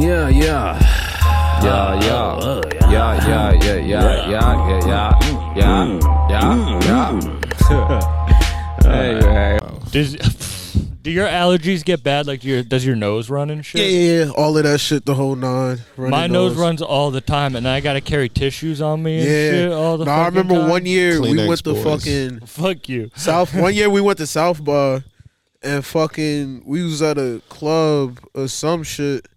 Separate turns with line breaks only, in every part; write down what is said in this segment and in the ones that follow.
Yeah, yeah.
Yeah, Ah, yeah, yeah, yeah, yeah, Mm, yeah, yeah, yeah, yeah, yeah, yeah, yeah. Anyway,
Does do your allergies get bad? Like, do your does your nose run and shit?
Yeah, yeah, yeah, all of that shit, the whole nine. running
My nose runs all the time, and I gotta carry tissues on me
Yeah,
and shit all the.
no, I
fucking
remember
time.
one year we
Kleenex
went to
boys.
fucking
Fuck you.
South. one year we went to South Bar, and fucking we was at a club or some shit,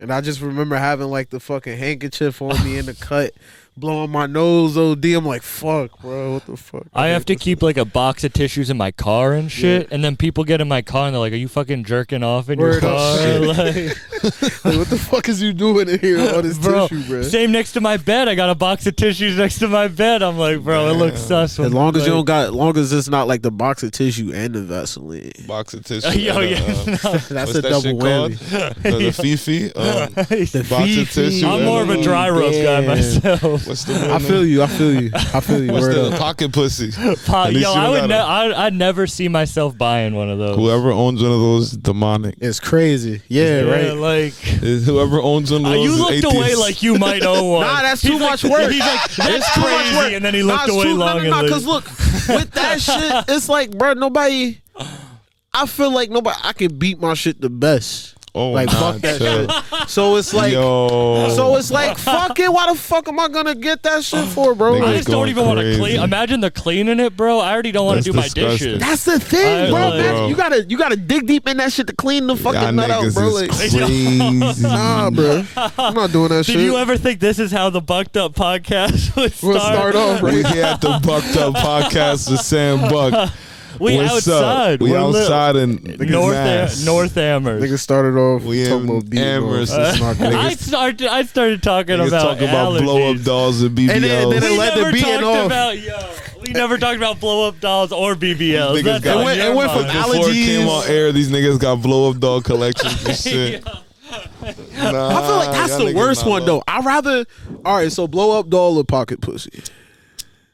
and I just remember having like the fucking handkerchief on me in the cut, blowing my nose. Od, I'm like, fuck, bro, what the fuck?
I have to
hate
keep like a box of tissues in my car and shit, and then people get in my car and they're like, "Are you fucking jerking off in your
Word up.
car?" like,
this- Like, what the fuck is you doing in here on this
bro,
tissue, bro?
same next to my bed. I got a box of tissues next to my bed. I'm like, bro, it looks sus.
As
when-
long as you don't
like-
got, as long as it's not like the box of tissue and the Vaseline.
box of tissue.
Yo,
and,
yeah,
uh,
That's
what's
a
that
double
shit
whammy.
called? The, the Fifi. Um,
The
Box of
Fifi.
tissue
I'm
and
more of a dry roast guy
Damn.
myself.
what's the? One
I feel you. I feel you. I feel you.
What's
Word
the
up.
pocket pussy?
Pa-
At least
yo,
you
I
don't
would, ne-
gotta-
I, I'd never see myself buying one of those.
Whoever owns one of those demonic.
It's crazy. Yeah,
Yeah,
right.
Like
is Whoever owns one of
Uh,
those.
you
is
looked
atheist.
away like you might own one.
Nah, that's
He's
too
like-
much work.
He's like, that's
too much
crazy,
work.
and then he looked
Nah, it's
away
too-
long
No, no,
and
no,
like-
because look, with that shit, it's like, bro, nobody. I feel like nobody. I can beat my shit the best.
Oh,
Like
nah,
fuck that
chill.
shit. So it's like,
Yo.
so it's like, fuck it. Why the fuck am I gonna get that shit for, bro?
Nigga.
I
It's
just don't
going
even want to
crazy.
clean. Imagine the cleaning it, bro. I already don't want to
That's
do my
disgusting.
dishes.
That's the thing,
I-
bro.
Bro.
man. You gotta, you gotta dig deep in that shit to clean the fucking
Y'all
nut out,
niggas
bro.
is
Like,
crazy.
nah, bro. I'm not doing that
Did
shit.
you ever think this is how the Bucked Up podcast would start?
We'll start off, bro.
We here at the Bucked Up Podcast with Sam Buck.
We
What's up?
outside.
We
We're lit.
outside in
North
Mass.
Am- North Amherst.
Nigga started off
We
talking
in
about beating
Amherst.
off.
It's not
I
niggas.
started. I started talking
Niggas
about
talking about
allergies.
blow up dolls and BBLs.
And then- then
We
They let the
never
beating
talked
off.
about yo. We never talked about blow up dolls or BBLs.
Niggas
That's
got-
on
It went-
your
it went from
mind.
allergies.
Before it came on air, these niggas got blow up doll collections and shit. Nah,
I feel like that's
y'all
the
niggas
worst
not
one
low.
though. I rather all right. So blow up doll or pocket pussy.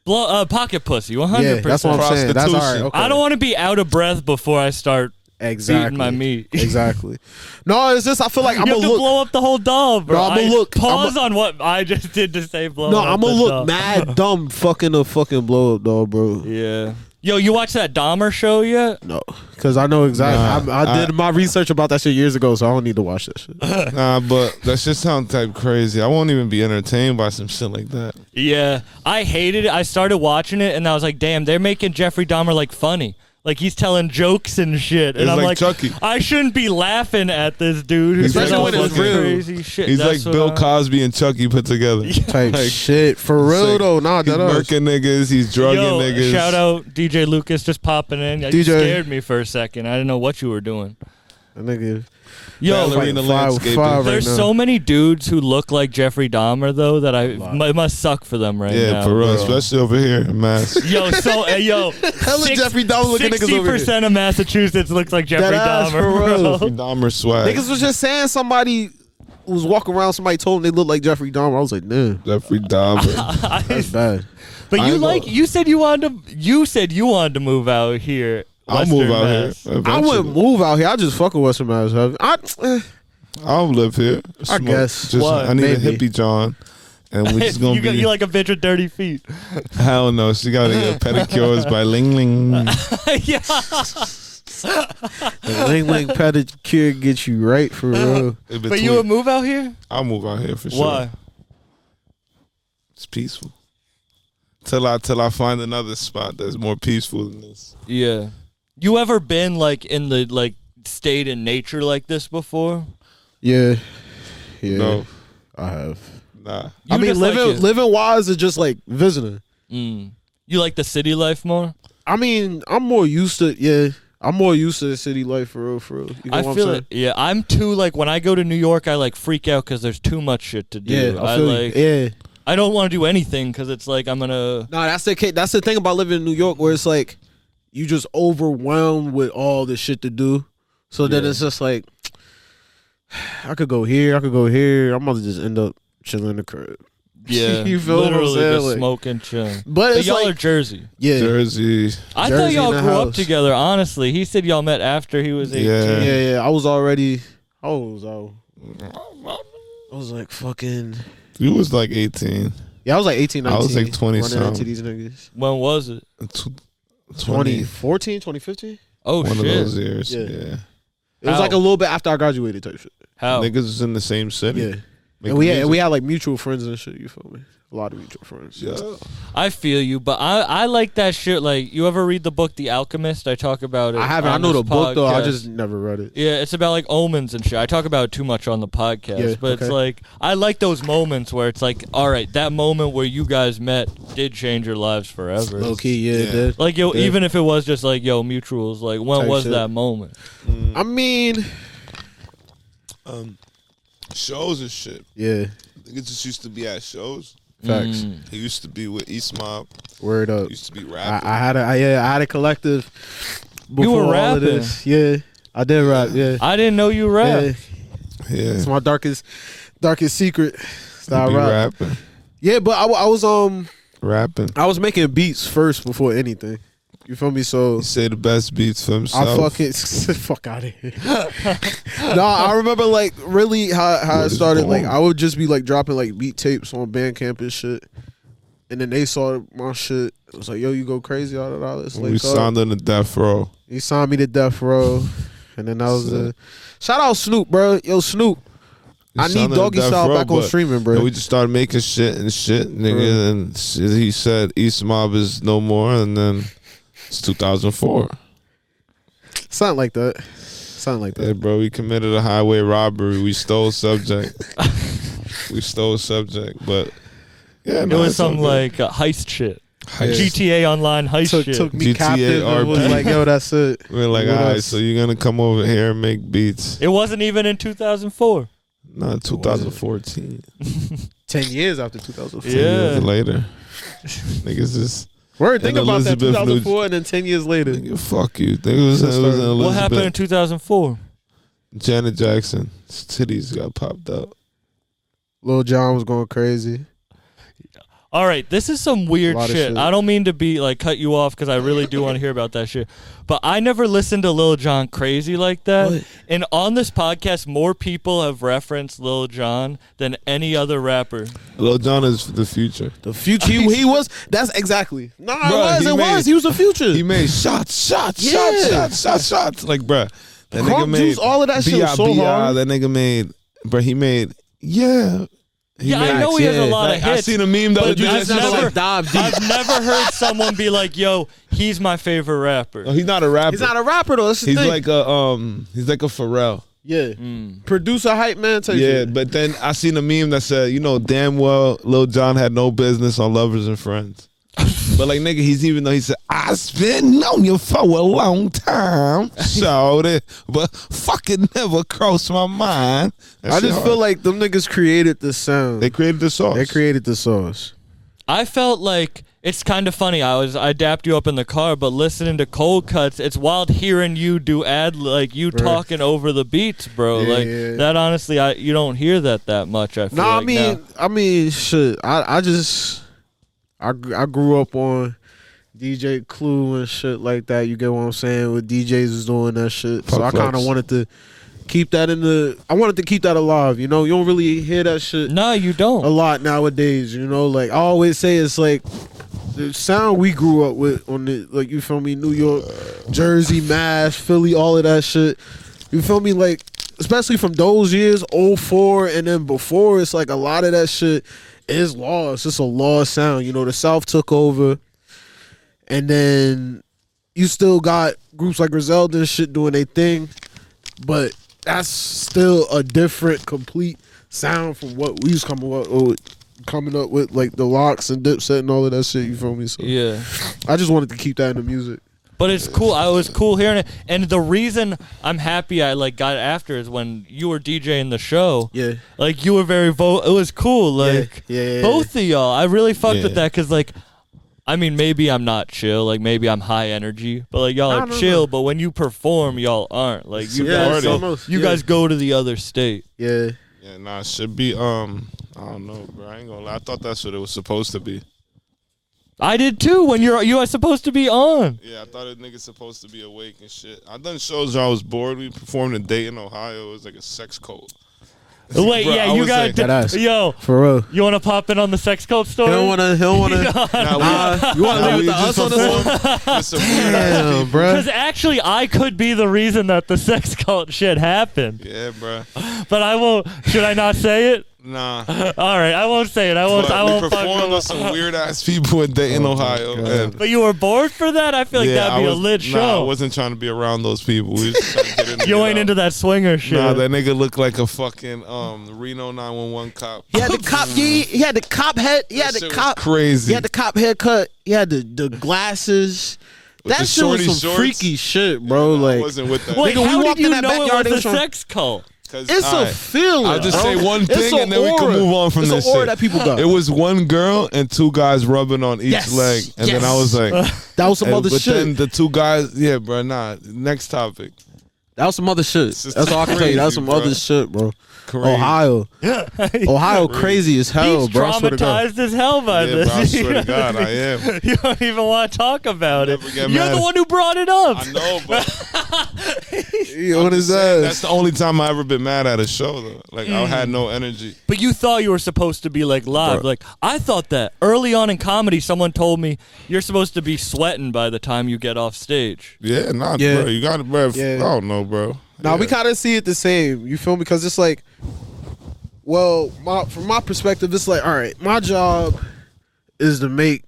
Blow, uh, pocket pussy, one hundred
that's what
percent.
I'm saying. That's all right.
Prostitution.
Okay.
I don't want to be out of breath before I start.
exactly
my meat.
exactly. No, it's just I feel like I'm
you
gonna
have to
look.
blow up the whole doll, bro.
No, I'ma
I-
look-
Pause on what I just did to say blow.
No,
up
I'm
the
gonna look
doll.
mad dumb fucking a fucking blow up doll, bro.
Yeah. Yo, you watch that Dahmer show yet?
No, because I know exactly.
Nah,
I, I,
I-
did my research about that shit years ago, so I don't need to watch that shit.
Nah, but that shit sound type crazy. I won't even be entertained by some shit like that.
Yeah. I hated it. I started watching it, and I was like, damn, they're making Jeffrey Dahmer like funny. Like he's telling jokes and shit, and
He's
I'm like,
like Chucky.
I shouldn't be laughing at this dude who's
Especially
doing all
when it's
fucking
real.
crazy shit.
He's
That's
like
what
Bill
I-
Cosby and Chucky put together.
Type
Like,
shit for real
Sick.
though. Nah,
he's
that is.
murking niggas. He's drugging
Yo,
niggas.
shout out DJ Lucas just popping in. You
DJ.
scared me for a second. I didn't know what you were doing.
That nigga.
Yo,
Valerie. Ballerina
fighting fire with
landscaping.
fire right
there's
now.
so many dudes who look like Jeffrey Dahmer though that I it must suck for them right
Yeah,
now.
for real,
bro.
especially over here in Mass.
Yo, so hey, yo,
Hella Jeffrey Dahmer looking niggas over here.
percent of Massachusetts looks like Jeffrey Dahmer.
ass, for real.
bro.
Dahmer swag.
Niggas was just saying somebody was walking around. Somebody told them they looked like Jeffrey Dahmer. I was like, nah,
Jeffrey Dahmer.
that's bad.
But
I
you
ain't
like
gonna-
you said you wanted to you said you wanted to move out here.
I'll
Western
move out
Mass.
here.
I
eventually.
wouldn't move out here. I just fuck with Western Mass. huh? I, eh,
I'll live here.
I guess.
Just,
What?
I need a
Maybe.
hippie John. And we just gonna
you, got-
be
you like a bitch with dirty feet.
hell no. She gotta get pedicures by Ling Ling.
yeah.
the Ling Ling pedicure gets you right for
Uh-huh.
real.
In
But you
between.
would move out here?
I'll move out here for sure.
Why?
It's peaceful. Till I till I find another spot that's more peaceful than this.
Yeah. You ever been like in the like state in nature like this before?
Yeah, yeah,
No,
I have.
nah.
You
I mean,
just like
living
it.
living wise is just like visiting.
Mm. You like the city life more?
I mean, I'm more used to yeah. I'm more used to the city life for real, for real. You know
I
what
feel
I'm
it. Yeah, I'm too like when I go to New York, I like freak out because there's too much shit to do.
saying? Yeah, I
I
feel
like
you. yeah.
I don't want to do anything because it's like I'm gonna.
No, that's the ca- that's the thing about living in New York, where it's like you just overwhelmed with all the shit to do. So then it's just like I could go here, I could go here. I'm gonna just end up chilling in the crib.
Yeah,
You feel what I'm
literally
saying?
just
Like-
smoke and chill.
But
But
it's
y'all
like
are Jersey.
yeah,
Jersey.
I thought
Jersey
y'all
in the
grew up
house.
together. Honestly, he said y'all met after he was 18.
Yeah.
yeah, yeah. I was already. I was out. I was like fucking.
You was like 18.
Yeah, I was like 18,
I
19.
was like 20
running into
some.
these niggas.
When was it?
Tw- 20.
2014, 2015?
Oh
One
shit!
of those years.
Yeah.
Yeah.
It was
How?
like a little bit after I graduated type shit.
How?
Niggas was in the same city.
Oh. Yeah.
making
And we, had, and
music.
we had like mutual friends and shit, you feel me? A lot of mutual friends.
Yeah.
I feel you, but I I like that shit. Like you ever read the book The Alchemist? I talk about it.
I haven't. I
on
know the
this
book though. I
podcast.
just never read it.
Yeah, it's about like omens and shit. I talk about it too much on the podcast,
Yeah,
but it's
okay.
like I like those moments where it's like, all right, that moment where you guys met did change your lives forever.
Low key, yeah, it
Yeah.
did.
Like yo,
Yeah.
even if it was just like yo, mutuals. Like when
Type
was
shit.
that moment?
I mean,
Um, shows and shit.
yeah,
Niggas just used to be at shows.
facts.
Mm.
It used to be with East Mob.
Word up.
Used to be
I,
rapping.
I had a I, yeah, I had a collective before
You were
all of
rapping.
this. Yeah, I did rap. Yeah,
I didn't know you rap.
yeah.
yeah.
It's my darkest, darkest secret. that I
Be
rap.
rapping.
Yeah, but I, wa- I was um
Rapping.
I was making beats first before anything. You feel me? So
He say the best beats for
I
himself.
fucking fuck out of here. no, I remember like really how how
What
it
is
started.
going
Like
on?
I would just be like dropping like beat tapes on Bandcamp and shit, and then they saw my shit. It was like, yo, you go crazy, all that, all this.
we
Link up.
signed on the death row.
He signed me to death row, and then that was the shout out Snoop, bro. Yo, Snoop,
We
I
signed
need
on
Doggy
the Death
Style
Row,
back on
but-
streaming,
and
bro.
we just started making shit and shit,
Bro.
nigga. And s- he said East Mob is no more, and then it's 2004.
Something like that. Something like
Yeah,
that.
bro, we committed a highway robbery. We stole subject. we stole subject, but yeah,
It was some like uh, heist shit. GTA Online heist
Took
shit.
took me
GTA
captive and was
RP.
like, yo, that's it.
We're like,
What
all right,
else?
so you're gonna come over here and make beats?
It wasn't even in 2004.
No, 2014.
Ten years after 2004.
Ten years
Yeah.
later, niggas just
Word, think
And
about that.
Elizabeth knew-
2004, and then ten years later.
nigga, fuck you. Nigga was, it was in Elizabeth.
What happened in 2004?
Janet Jackson titties got popped up.
Lil John was going crazy.
All right, this is some weird
Lot of
shit.
shit.
I don't mean to be like cut you off because I really do want to hear about that shit. But I never listened to Lil Jon crazy like that.
What?
And on this podcast, more people have referenced Lil Jon than any other rapper.
Lil Jon is the future.
The future. He, he was. That's exactly. Nah, it
Bruh,
was.
he
It
made-
was. He was the future.
He made shots, shots,
Yeah.
shots, shots, shots, shots. Like, bruh, that
Crumb
nigga made
juice, all of that shit was so
B.I.,
hard.
That nigga made, bruh, he made, yeah. He
Yeah, I
made-
know he has a lot of
Like, I
hits,
seen a meme the
but
other day.
that's
that's
never-
like,
dive
I've never heard someone be like, "Yo, he's my favorite
no,
rapper."
he's not a rapper.
He's not a rapper though. That's the
He's
thing.
like a um, he's like a Pharrell.
yeah,
Mm.
producer hype man. Type
Yeah,
shit.
but then I seen a meme that said, you know, damn well Lil Jon had no business on Lovers and Friends. But like nigga, he's even though he said, I've been on you for a long time, shorty, but fucking never crossed my mind. That
I
shit
just
hard.
feel like them niggas created the sound.
they created the sauce.
They created the sauce.
I felt like it's kind of funny. I was I dapped you up in the car, but listening to Cold Cuts, it's wild hearing you do ad like you
Bruh.
talking over the beats, bro.
Yeah,
like
yeah.
that. Honestly, I you don't hear that that much. I feel
No,
like
I mean,
now.
I mean, shit. I, I just, I, gr- I grew up on DJ Clue and shit like that. You get what I'm saying? With DJs is doing that shit, so
Pop
I kind of
Flex.
wanted to keep that in the. I wanted to keep that alive. You know, you don't really hear that shit
No, you
a
don't.
lot nowadays. You know, like I always say, it's like the sound we grew up with on the like you feel me, New York, Jersey, Mass, Philly, all of that shit. You feel me, like especially from those years, 04 and then before, it's like a lot of that shit is lost. It's a lost sound. You know, the South took over, and then you still got groups like Griselda and shit doing their thing, but that's still a different, complete sound from what we was coming up with, coming up with like the locks and dipset and all of that shit. You feel me? So
Yeah.
I just wanted to keep that in the music.
But it's cool. I was cool hearing it, and the reason I'm happy I like got after is when you were DJing the show.
Yeah,
Like you were very vo. It was cool. Like
yeah, yeah, yeah.
both of y'all. I really fucked with
Yeah.
that because like, I mean, maybe I'm not chill. Like maybe I'm high energy, but like y'all
No,
are
no,
chill.
no.
But when you perform, y'all aren't. Like you
Yeah,
guys,
it's
go,
almost-
you
yeah.
guys go to the other state.
yeah.
Yeah, nah, it should be um I don't know, bro. I ain't gonna lie. I thought that's what it was supposed to be.
I did too. When you're you are supposed to be on.
Yeah, I thought a nigga supposed to be awake and shit. I done shows where I was bored. We performed a date in Ohio. It was like a sex cult.
Wait,
Bro,
yeah,
I
you
would
got
say-
That ass.
yo.
For real.
You want to pop in on the sex cult
He
story?
don't wanna. He don't wanna.
Nah,
Nah,
we-
you wanna
nah,
leave with
we
the us
just
on this
perform- it's a weird ass
Damn,
people.
bro.
Because actually, I could be the reason that the sex cult shit happened,
Yeah, bro.
but I won't. Should I not say it?
Nah.
All right, I won't say it. I won't.
But
I
we
won't. fuck
performed
with-
with some weird ass people in Dayton, Ohio.
Oh God.
and-
But you were bored for that. I feel like
Yeah,
that'd be
I was-
a lit
nah, I
show.
wasn't trying to be around those people. We was just trying to get in and
you
get
ain't
out.
into that swinger shit.
Nah, that nigga looked like a fucking um, Reno 911 cop.
He had the cop. He, he had the cop head. He had
That
the
shit was
cop.
crazy.
He had the cop haircut. He had the, the glasses.
With
that
the
shit was
shorty
some
shorts.
freaky shit, bro.
I
like
wasn't with that.
Wait,
Nigga, we
how
walked
did
in
you
that
know
backyard,
it
they
was
was
a
trying-
sex cult?
'Cause,
it's
all
a
right,
feeling.
I'll just
bro.
say one
It's
thing
a
and then we can
aura.
move on from
it's
this
An aura
shit.
that people got.
It was one girl and two guys rubbing on each
Yes,
leg, and then I
yes.
was like,
that was some
and-
other
but
shit.
then the two guys, yeah, bro, nah. Next topic,
that was some other shit.
is
That's all I can tell you. That was some
crazy, bro.
other shit, bro.
Crazy.
Ohio, Ohio, crazy as
Oh,
hell,
He's
bro. I swear to God.
traumatized as hell by
yeah,
this.
bro, I swear to
You
God,
don't
I am.
even- You don't even want to talk about it.
Never
You're
get mad.
the one who brought it up.
I know, but
Yeah, what is
that's
that?
the only time I ever been mad at a show though. Like I had no energy.
But you thought you were supposed to be like live. Like I thought that early on in comedy, someone told me you're supposed to be sweating by the time you get off stage.
Yeah, nah,
Yeah.
bro. You got it, bro.
Yeah.
I don't know, bro.
Now
yeah.
we kind of see it the same. You feel me? Because it's like, well, my, from my perspective, it's like, all right, my job is to make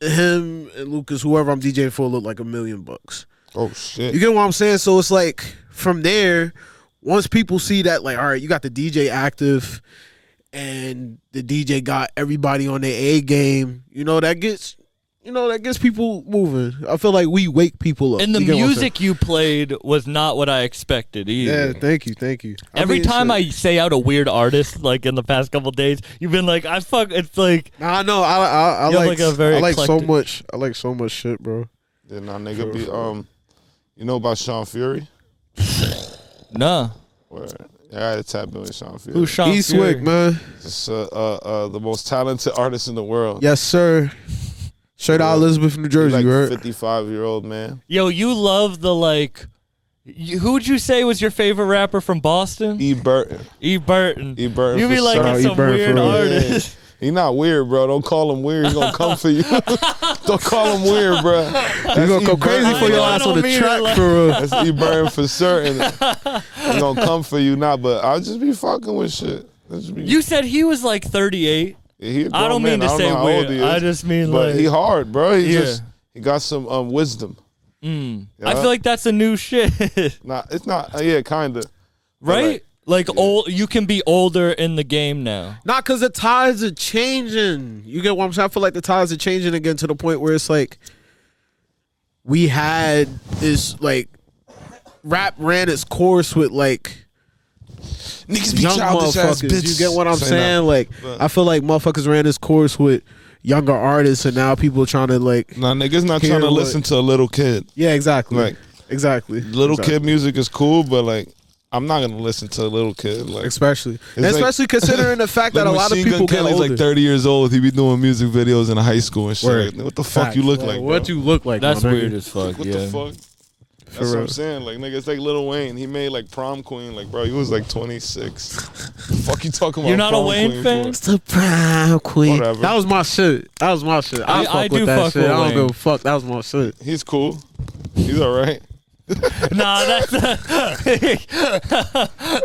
him and Lucas, whoever I'm DJing for, look like a million bucks.
Oh shit.
You get what I'm saying? So it's like from there, once people see that, like, all right, you got the DJ active, and the DJ got everybody on their A game. You know that gets, you know that gets people moving. I feel like we wake people up.
And the
You get what I'm saying?
music you played was not what I expected either.
Yeah, thank you, thank you.
Every time I say out a weird artist, like in the past couple days, you've been like, I fuck. It's like
Nah, I know. I I, I
You have,
like,
like, a very
I like
eclectic-
so much. I like so much shit, bro.
Yeah, nah, nigga. Be, um, you know about Sean Fury?
nah.
Where I had to tap in with Sean Fury.
Who's Sean Fury?
Eastwick, man.
It's, uh, uh, uh, the most talented artist in the world.
Yes, sir. Straight out of Elizabeth, New
He's
Jersey,
like
you heard?
55 year old man.
Yo, you love the like. You, who would you say was your favorite rapper from Boston?
E. Burton.
E. Burton.
E. Burton
You be
for
like
sure.
it's
E.
some
Burton
weird
for real.
artist.
He not weird, bro. Don't call him weird. He gonna come for you. Don't call him weird, bro.
You gonna go
That's E.
crazy
Burton,
for your
bro.
ass on
I don't
the
mean
track
it
for real.
That's E. Burton for certain. He gonna come for you, not. But I'll just be fucking with shit. I'll just be-
You said he was like 38.
He a grown
I don't
man.
mean to
I don't
say
know how
weird.
old he is,
I just mean
but
like.
he hard, bro. He
Yeah.
just he got some um wisdom.
I feel like that's a new shit,
Nah, it's not. Uh, yeah, kinda.
right? Like old, you can be older in the game now.
Not because the tides are changing. You get what I'm saying? I feel like the tides are changing again to the point where it's like we had this like rap ran its course with like
Niggas
young motherfuckers. You get what I'm saying? Like
But-
I feel like motherfuckers ran this course with younger artists, and now people trying to like.
Nah, niggas not
Hear
trying to
what-
listen to a little kid.
Yeah, exactly.
Like,
exactly.
Little
exactly.
kid music is cool, but like, I'm not gonna listen to a little kid. Like,
especially and
like-
especially considering the fact that a
Like
lot of
Machine Gun
people get
Kelly's
older.
like 30 years old. He be doing music videos in high school and shit.
Word.
Like, what the fuck you look like?
What
bro?
you look like?
That's
my nigga.
weird as fuck.
What
yeah.
the fuck? That's what I'm
real.
saying. Like nigga, it's like Lil Wayne. He made like prom queen. Like bro, he was like 26. the fuck you talking about?
You're not a
Prom
Wayne
Queen
fan?
for?
It's the prime queen.
Whatever.
That was my shit. That was my shit. I,
I-
fuck
I
with
do
that
fuck
shit.
with
I don't
Wayne.
give a fuck. That was my shit.
He's cool. He's all right.
Nah, that's a,
Man,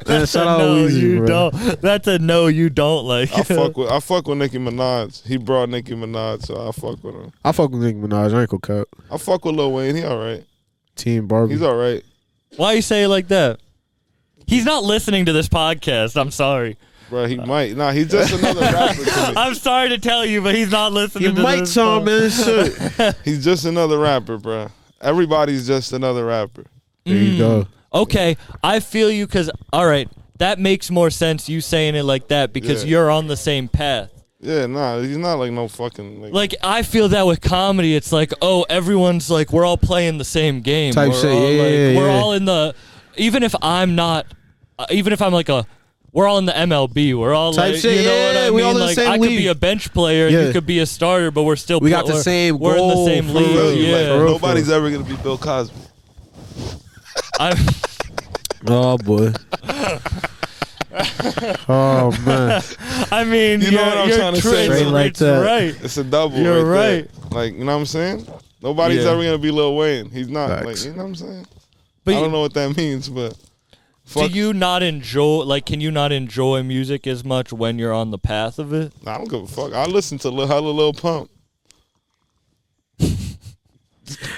that's a
shout out
no.
Weezy,
you
bro.
don't. That's a no. You don't like.
I fuck with I fuck with Nicki Minaj. He brought Nicki Minaj, so I fuck with him.
I fuck with Nicki Minaj. I ain't gonna cut.
I fuck with Lil Wayne. He all right.
Team Barbie.
He's all right.
Why you say it like that? He's not listening to this podcast. I'm sorry.
Bro, he might. Nah, he's just another rapper to me.
I'm sorry to tell you, but he's not listening.
you
to
might
this
charm
pod-
in shit.
He's just another rapper, bro. Everybody's just another rapper.
There you go.
Okay, I feel you because all right, that makes more sense. You saying it like that because
Yeah.
you're on the same path.
Yeah, nah, he's not like no fucking like,
Like I feel that with comedy, it's like oh, everyone's like we're all playing the same game.
Type
we're
shit,
all,
yeah,
like,
yeah,
We're
yeah.
all in the. Even if I'm not, uh, even if I'm like a. We're all in the MLB. We're all
Type
like,
shit,
you know
yeah,
what I
yeah, we
mean.
all in the
like,
same
I could be
league.
a bench player, and you
Yeah.
could be a starter, but we're still.
We
pl-
got the
we're-
same
We're
goal,
in the same
for
league.
real,
yeah,
like, for real.
nobody's ever gonna be Bill Cosby.
Mm.
Oh boy. Oh man,
I mean,
You know
yeah,
what I'm
you're
trying to
tr-
say,
it's-
Straight like
it's
that.
right.
It's a double.
You're
there.
right.
Like you know what I'm saying? Nobody's
Yeah.
ever gonna be Lil Wayne. He's not. Like
Facts.
you know what I'm saying?
But
I don't know what that means, but
do
fuck.
you not enjoy? Like, can you not enjoy music as much when you're on the path of it?
I don't give a fuck. I listen to Lil Hella Lil Pump.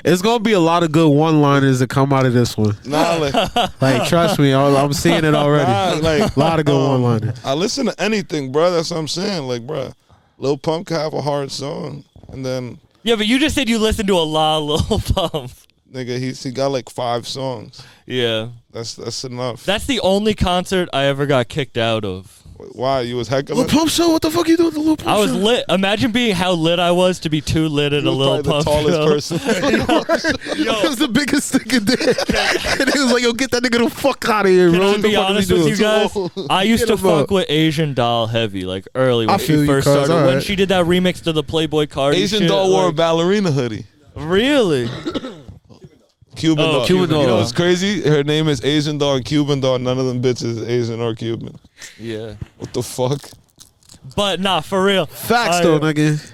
it's gonna be a lot of good one-liners that come out of this one.
Nah, like,
Like, trust me, I- I'm seeing it
nah,
already.
like
A lot of good
um,
one-liners.
I listen to anything, bro. That's what I'm saying. Like, bro, Lil Pump could have a hard song, and then
Yeah, but you just said you listen to a lot of Lil Pump.
nigga, he's he got like five songs.
Yeah,
That's that's enough.
that's the only concert I ever got kicked out of.
Why you was heckling?
Lil Pump show, what the fuck you doing with the Lil Pump
I was
show?
lit. Imagine being how lit I was to be too lit at
You
a
was
Lil
probably
Pump.
the
show.
tallest person.
that was the biggest thing in there. and he was like, yo, get that nigga the fuck out of here,
Can
bro.
I
What the
be
fuck is
honest
he
with you
doing?
guys? I used
Get
to
him
fuck
up.
with Asian Doll heavy, like early when
I feel
she
you,
first
cuz,
started. When
alright.
she did that remix to the Playboy Cardi
Asian
shit,
doll wore a
like,
ballerina hoodie.
Really?
Cuban
Oh,
doll.
Cuban
You know
doll.
what's crazy? Her name is Asian doll and Cuban doll. None of them bitches is Asian or Cuban.
Yeah.
What the fuck?
But nah, for real.
Facts,
I,
though, nigga.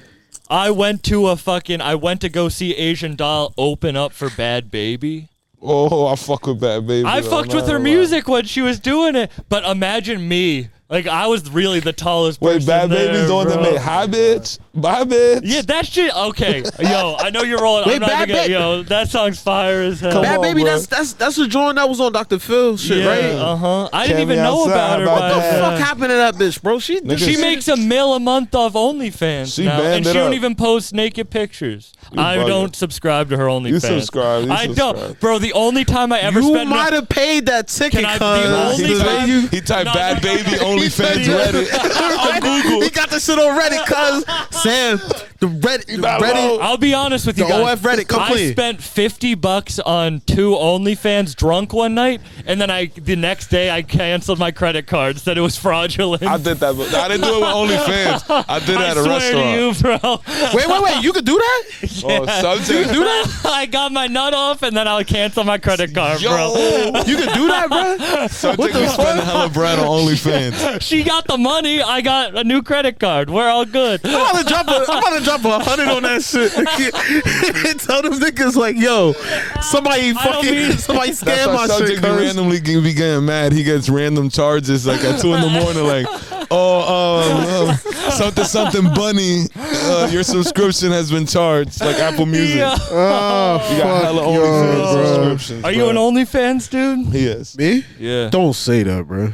I went to a fucking. I went to go see Asian Doll open up for Bad Baby.
Oh, I fuck with Bad Baby.
I
though,
fucked
not
with her
gonna lie.
music when she was doing it, but imagine me. Like I was really the tallest.
Wait,
person
Bad
there,
Baby's the one that
bro.
made Hi Bitch. Bye Bitch.
Yeah, that shit. Okay, yo, I know you're rolling. I'm
Wait,
not even
Bad
gonna,
Ba-
yo, that song's fire as hell.
Come
Bad
on,
Baby,
bro.
that's, that's that's the drawing that was on Dr. Phil shit,
yeah,
right?
Uh huh. I didn't
Can't
even
be
know
outside
about her.
about
by
that.
What the
Yeah.
fuck happened to that bitch, bro? She
Nigga,
She makes a mill a month off OnlyFans
She
now, and
banned
she
it
don't
up.
even post naked pictures.
You
I
bugging.
don't subscribe to her OnlyFans.
subscribe, you
I don't,
subscribe.
bro. The only time I ever
You
spent
might have paid that
Can
ticket,
I be the
cuz.
only
The way
time-
you-
He typed
No,
Bad
no, no,
Baby
no.
OnlyFans
Yeah.
Reddit. on
He
Google.
got the shit on Reddit, cuz. Sam, the Reddit, the
not
Reddit,
alone.
I'll be honest with you
The
guys.
OF Reddit, come
I
clean.
spent fifty bucks on two OnlyFans drunk one night, and then I the next day I canceled my credit card. Said it was fraudulent.
I did that. But I didn't do it with OnlyFans. I did it
I
at a
swear
restaurant.
to you, bro.
Wait, wait, wait! You could do that?
Oh, subject.
I got my nut off, and then I'll cancel my credit card, bro.
Yo,
You could do that, bro?
subject
the
was spending hella bread on OnlyFans.
She got the money. I got a new credit card. We're all good.
I'm about to drop a, I'm about to drop a hundred on that shit. Tell them niggas like, yo, somebody fucking,
mean-
somebody
That's
scam
why
my shit.
subject be
cuz.
randomly g- be getting mad. He gets random charges like at two in the morning, like, oh, um, uh, something, something, bunny. Uh, your subscription has been charged, like Apple Music.
Yeah.
Oh,
You got hella
yo,
OnlyFans
bro.
subscriptions.
Are you
bro.
an OnlyFans dude?
He is.
Me?
Yeah.
Don't say that, bro.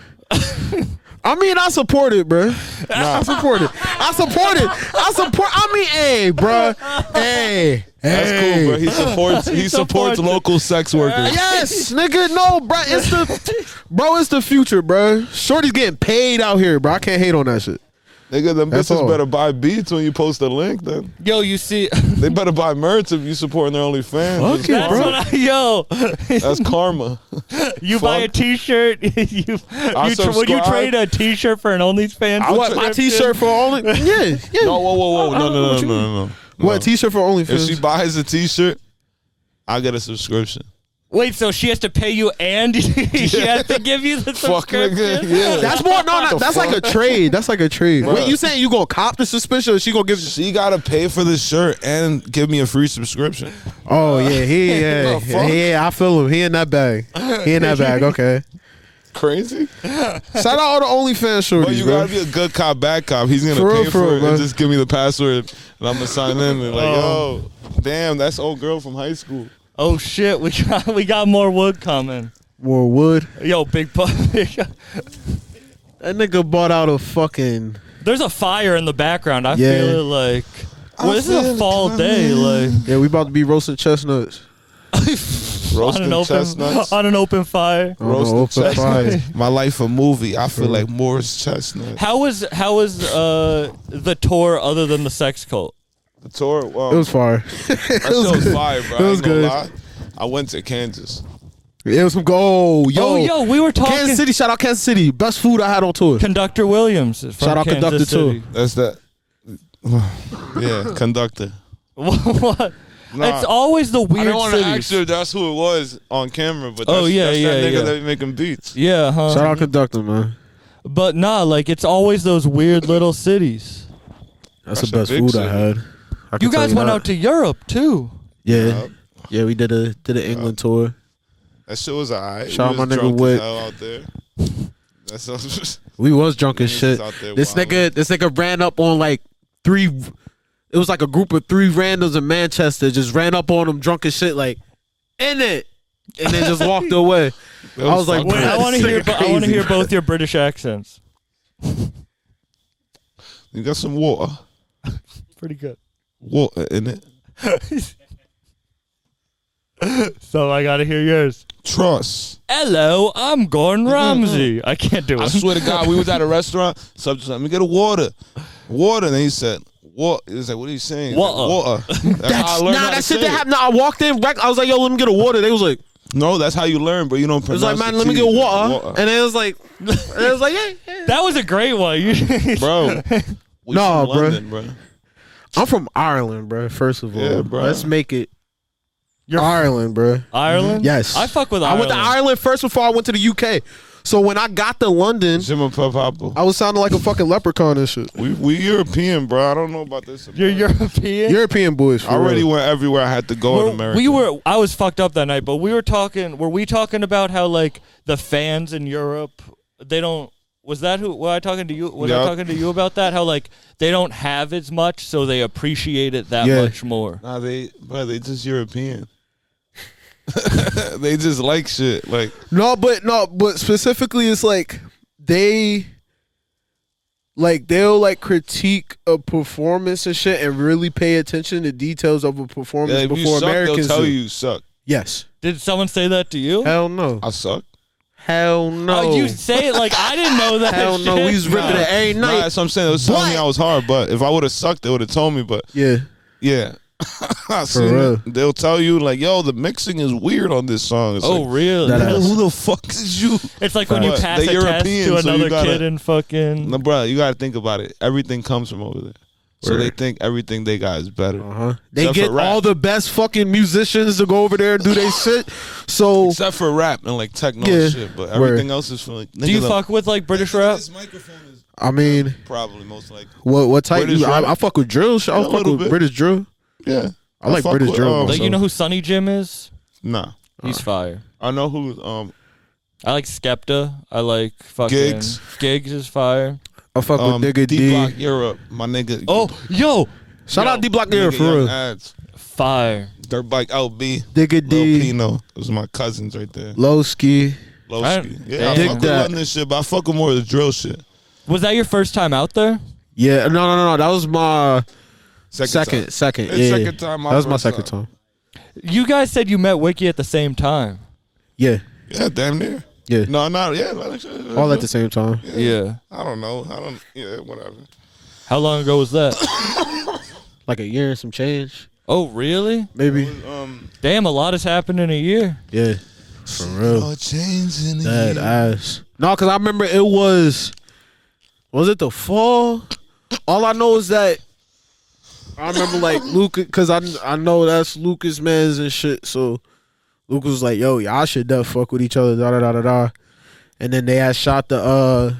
I mean, I support it, bro. I support it. I support it. I support. I mean, hey, bro. Hey,
That's
hey.
cool, bro. He supports. He, supports
supports it.
local sex workers.
Yes, nigga. No, bro. It's the, bro. It's the future, bro. Shorty's getting paid out here, bro. I can't hate on that shit.
Nigga, them
That's
bitches
all.
better buy beats when you post a link. Then
Yo, you see,
they better buy merch if you supporting their OnlyFans.
Fuck it,
that's
bro.
what I, yo,
That's karma.
you buy a T-shirt. You, you tra- would you
subscribe.
trade a T-shirt for an OnlyFans?
I
What my
subscription?
T-shirt for only? Yeah, yeah.
No, whoa, whoa, whoa, no,
don't know
no, no,
what
no,
you
no, no.
What T-shirt for
If she
OnlyFans?
buys a T-shirt, I get a subscription.
Wait, so she has to pay you and she has to give you the
Fuck nigga.
subscription?
Yeah.
that's more. No, no that's like a trade. That's like a trade.
Bruh.
Wait, you saying you gonna cop the suspicion? Or she gonna give?
she gotta pay for the shirt and give me a free subscription.
Oh yeah, he
The
yeah,
fuck?
yeah. I feel him. He in that bag. He in that bag. Okay.
Crazy.
Shout out all the OnlyFans shorties,
But you
bro.
gotta be a good cop, bad cop. He's gonna
For
pay
real, for
for
real,
it
bro.
and just give me the password and I'm gonna sign in and like, yo,
Oh.
damn, that's old girl from high school.
Oh shit, we got we got more wood coming.
More wood.
Yo, big pup.
That nigga bought out a fucking.
There's a fire in the background. I
Yeah.
feel it like. Well, this is
feel
a
it
fall day, like
Yeah, we about to be roasting chestnuts
on an
Roasting
open
chestnuts.
on an open fire.
on the
Roasting
open fire.
chestnuts. My life a movie. I feel like Morris Chestnut.
How was how was uh the tour other than the sex cult?
The tour. Wow.
It was fire.
um, that show was fire, bro.
It
I
was
ain't gonna
good.
lie. I went to Kansas.
It was some go. Yo,
oh, yo, we were talking
Kansas City. Shout out Kansas City. Best food I had on tour.
Conductor Williams. From
Shout out Conductor,
Kansas
too.
City.
That's that. yeah, conductor.
what?
Nah.
It's always the
I
weird
don't want to
cities.
ask you if that's who it was on camera, but that's,
Oh, yeah,
that's that
yeah,
nigga
yeah.
that be making beats.
yeah, huh?
Shout out conductor, man.
But nah, like it's always those weird little cities.
That's
That's
the
a
best
big
food I
city.
had. I can
You
tell
guys went
that.
out to Europe too.
Yup.
Yeah, yeah. We did a did an England tour.
That shit was alright.
Shout
We
out
was
my nigga
drunk as
Wick.
hell out there. That sounds.
We was drunk as
Niggas
shit.
out there
This
wildin'.
nigga, this nigga ran up on like three. It was like a group of three randoms in Manchester. Just ran up on them drunk as shit, like in it, and then just walked away. I was like,
fucked
Wait,
up.
I want to
That's
hear. bo- I want to
crazy.
hear both your British accents.
You got some water,
Pretty good.
water in it.
so I gotta hear yours. Mm-hmm,
Trust.
Hello, I'm Gordon Ramsay. I can't do
I
it.
swear to God, we was at a restaurant. So just let me get a water, water. And he said, "What?" He was like, "What are you saying?" He's like,
Water.
water. That's, how I
Nah,
learned how
that
to
shit
say
that
it.
happened. Nah, I walked in, rec- I was like, yo, let me get a water. They was like, it
No, that's how you learn, bro. You don't
was
pronounce.
like, man,
the
let me
T.
get water.
Water.
And it was like, and it was like, yeah, yeah.
That was a great one. You-
bro. we
Nah,
from
bro.
London, bro.
I'm from Ireland, bro. First of all,
Yeah, bruh.
let's make it
You're-
Ireland, bro.
Ireland.
Yes.
I fuck mm-hmm. with
I
Ireland.
went to Ireland first before I went to the UK. So when I got to London,
Jim and Pop Apple.
I was sounding like a fucking leprechaun and shit.
We we European, bro. I don't know about this.
You're European.
European boys. For
I already
real.
went everywhere I had to go in
Were-
America.
we were I was fucked up that night, but we were talking were we talking about how like the fans in Europe they don't was that who were I talking to you was I
Yup.
talking to you about that? How like they don't have as much so they appreciate it that
Yeah.
much more.
Nah, they, bro, they just European. they just like shit. Like,
No, but no, but specifically, it's like they, like they'll like critique a performance and shit, and really pay attention to details of a performance
yeah, if you
before
suck, they'll
Americans.
tell
do.
you suck.
Yes.
Did someone say that to you?
Hell no.
I suck.
Hell no.
Oh, you say it like I didn't know that.
Hell no.
shit.
We was ripping it every
Nah,
night.
that's what I'm saying. They was telling me I was hard, but if I would have sucked, they would have told me. But
Yeah.
yeah, I seen it.
real.
They'll tell you like, yo, the mixing is weird on this song. It's
Oh
like,
really?
That
who, who the fuck is you?
It's like when you
But
pass a
they're
test
European,
to
so you
another
gotta-
kid and fucking
No, bro, you gotta think about it. Everything comes from over there, so they think everything they got is better.
Uh-huh. They
Except
get
for rap.
all the best fucking musicians to go over there and do they shit. So
Except for rap and like techno
Yeah.
and shit, but everything
Word.
else is from like.
Do you fuck with like British rap?
This microphone is
I mean,
probably most likely.
what what type?
British
you- I,
rap.
I fuck with drill. Shit. I
Yeah, a
fuck
little
with
bit.
British drill.
Yeah,
I like
fuck
British
with,
drill.
um,
Like
so-
you know who Sonny Jim is?
Nah,
He's
Uh.
fire.
I know who. Um,
I like Skepta. I like fucking
Gigs.
Gigs is fire.
I fuck
um
with Nigga
D
D.
Block Europe, my nigga.
Oh, yo,
Shout out D Block
nigga,
there for
Young
real.
Ads,
fire.
Dirt Bike LB,
Nigga
Lil
D,
Pino. Those are my cousins right there.
Lowski.
Lowski.
I-
Yeah, I
Dig
fuck with
that.
London shit, but I fuck with more of the drill shit.
Was that your first time out there?
Yeah, no, no, no, no. That was my second,
time.
second,
It's
yeah.
second time, uh, my
That was my
first
second
time.
time.
You guys said you met Wiki at the same time.
Yeah,
Yeah, damn near.
yeah.
No, not yeah. like, shit,
All at the same time.
Yeah.
I don't know. I don't. Yeah, whatever.
How long ago was that?
Like a year and some change,
oh, really?
maybe.
Um,
Damn, a lot has happened in a year.
Yeah, for real.
no chains in
Dead
it.
ass. No, cause I remember it was, was it the fall? All I know is that I remember like Lucas, cause I I know that's Lucas man's and shit. So Lucas was like, "Yo, y'all should def fuck with each other." Da da da da da. And then they had shot the uh,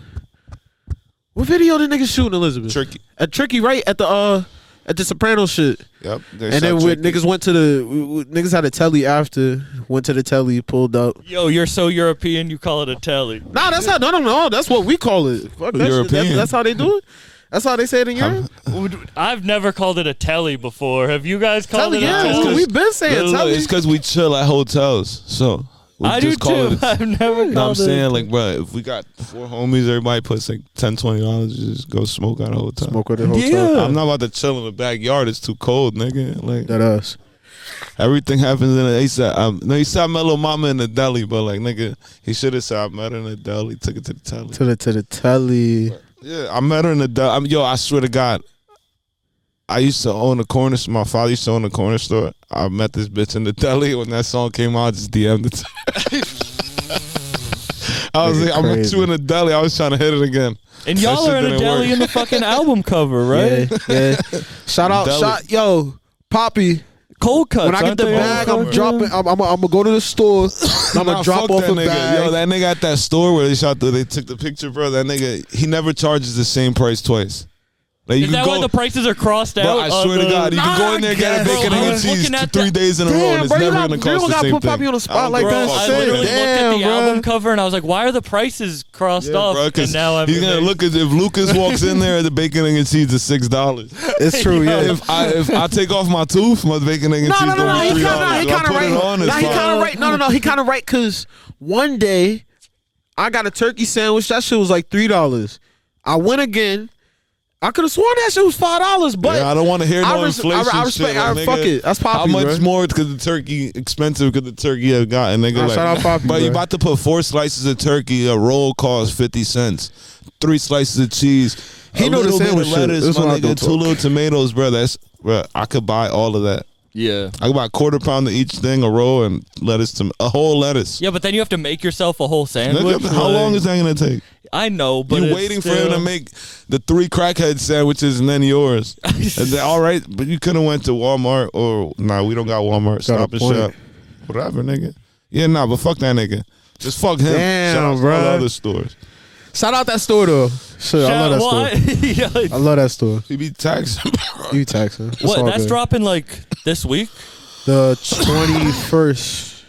what video the niggas shooting Elizabeth?
Tricky.
At tricky right at the uh at the Soprano shit.
Yep. they shot
and then when
Tricky.
niggas went to the we- we- niggas had a telly after went to the telly pulled up.
Yo, you're so European, you call it a telly.
Nah, that's not. No, no, no. That's what we call it. Fuck that shit.
European.
That's, that's how they do it. That's how they say it in Europe.
Would- I've never called it a telly before. Have you guys called
Telly,
it a
yeah,
telly?
we- we've been saying
Look, look,
telly.
It's because we chill at hotels, so we
I do
just
too.
call it.
but I've never
No, I'm
called it.
saying like, bro, if we got four homies, everybody puts like 10 dollars, just go smoke out a hotel.
Smoke with the hotel.
Yeah.
I'm not about to chill in the backyard. It's too cold, nigga. Like
That us.
everything happens in the. He said, um, "No, he said I met Lil Mama in the deli, but like, nigga, he should have said I met her in the deli. Took it to the deli.
To the to the telly.
Yeah, I met her in the deli. I'm, yo, I swear to God, I used to own a corner. store. My father used to own a corner store. I met this bitch in the deli when that song came out. I just DM'd it. to her. I was
Nigga
like, I met
crazy.
you in the deli. I was trying to hit it again.
and
That
y'all
shit
are in a
didn't
deli
work.
in the fucking album cover, right?
Yeah, yeah. Shout out,
Telly.
shout yo, Poppy.
cold cuts.
When I get
aren't
the
they?
bag, I'm
Yeah.
dropping. I'm, I'm, I'm gonna go to the store. I'm gonna
Nah,
drop
fuck
off
that
a
nigga.
bag.
Yo, that nigga at that store where they shot the, they took the picture, bro. That nigga, he never charges the same price twice. Like you
Is
can
that
go,
why the prices are crossed
bro,
out?
I
of
swear to
the-
God, you can go in there get a
Nah, I
bacon
guess.
and
I
egg
was
cheese
looking at
three
that-
days in a row, and
Damn,
it's
bro, you
never
not- you
gonna cost
don't
the
gotta
same
put
thing. Oh,
Poppy on the spot
I don't
like
give
Bro,
a
that.
fuck,
I
Damn,
literally looked at the
bro.
album cover and I was like, "Why are the prices crossed
Yeah,
off?"
bro, 'cause
and now I'm
he's gonna look at if Lucas walks in there, the bacon egg and cheese is six dollars.
It's true. Yeah.
If I if I take off my tooth, my bacon egg and
No,
cheese
no, no, no.
gonna
He
be three
kind of,
dollars.
he
If I
kind of
put
right.
it on,
Nah,
it's
he
fine.
kind of right. No, no, no. He kind of right because one day I got a turkey sandwich. That shit was like three dollars. I went again. I could have sworn that shit was five dollars, but
yeah, I don't want to hear no
I res-
inflation
I- I
shit,
respect-
like,
I-
nigga,
fuck it. That's
How
Poppy,
much
bruh.
more could the turkey expensive could the turkey have gotten? Nigga,
Nah,
like,
shout out Poppy,
but you
bruh.
about to put four slices of turkey. A roll costs fifty cents. Three slices of cheese.
He
a
know the
little bit of
sandwich shit.
lettuce,
This
my
one I
nigga,
don't
two
talk.
little tomatoes, bro. That's bro. I could buy all of that.
yeah,
I could buy a quarter pound of each thing, a roll and lettuce, to a whole lettuce.
yeah, but then you have to make yourself a whole sandwich.
Nigga, how
like-
long is that gonna take?
I know, but
you
it's
waiting for
still-
him to make the three crackhead sandwiches and then yours. and then, all right, but you could have went to Walmart or nah, we don't got Walmart.
Got
Stop
a
and
point.
shop. Whatever, nigga. Yeah, nah, but fuck that nigga. Just fuck him.
Damn,
Shout out to all
bruh.
the other stores.
shout out that store though. Shit, I love that
Well, I-
store.
yeah.
I love that store.
He be taxing.
You taxing? It's
What?
all
That's
good.
dropping like this week.
The twenty first.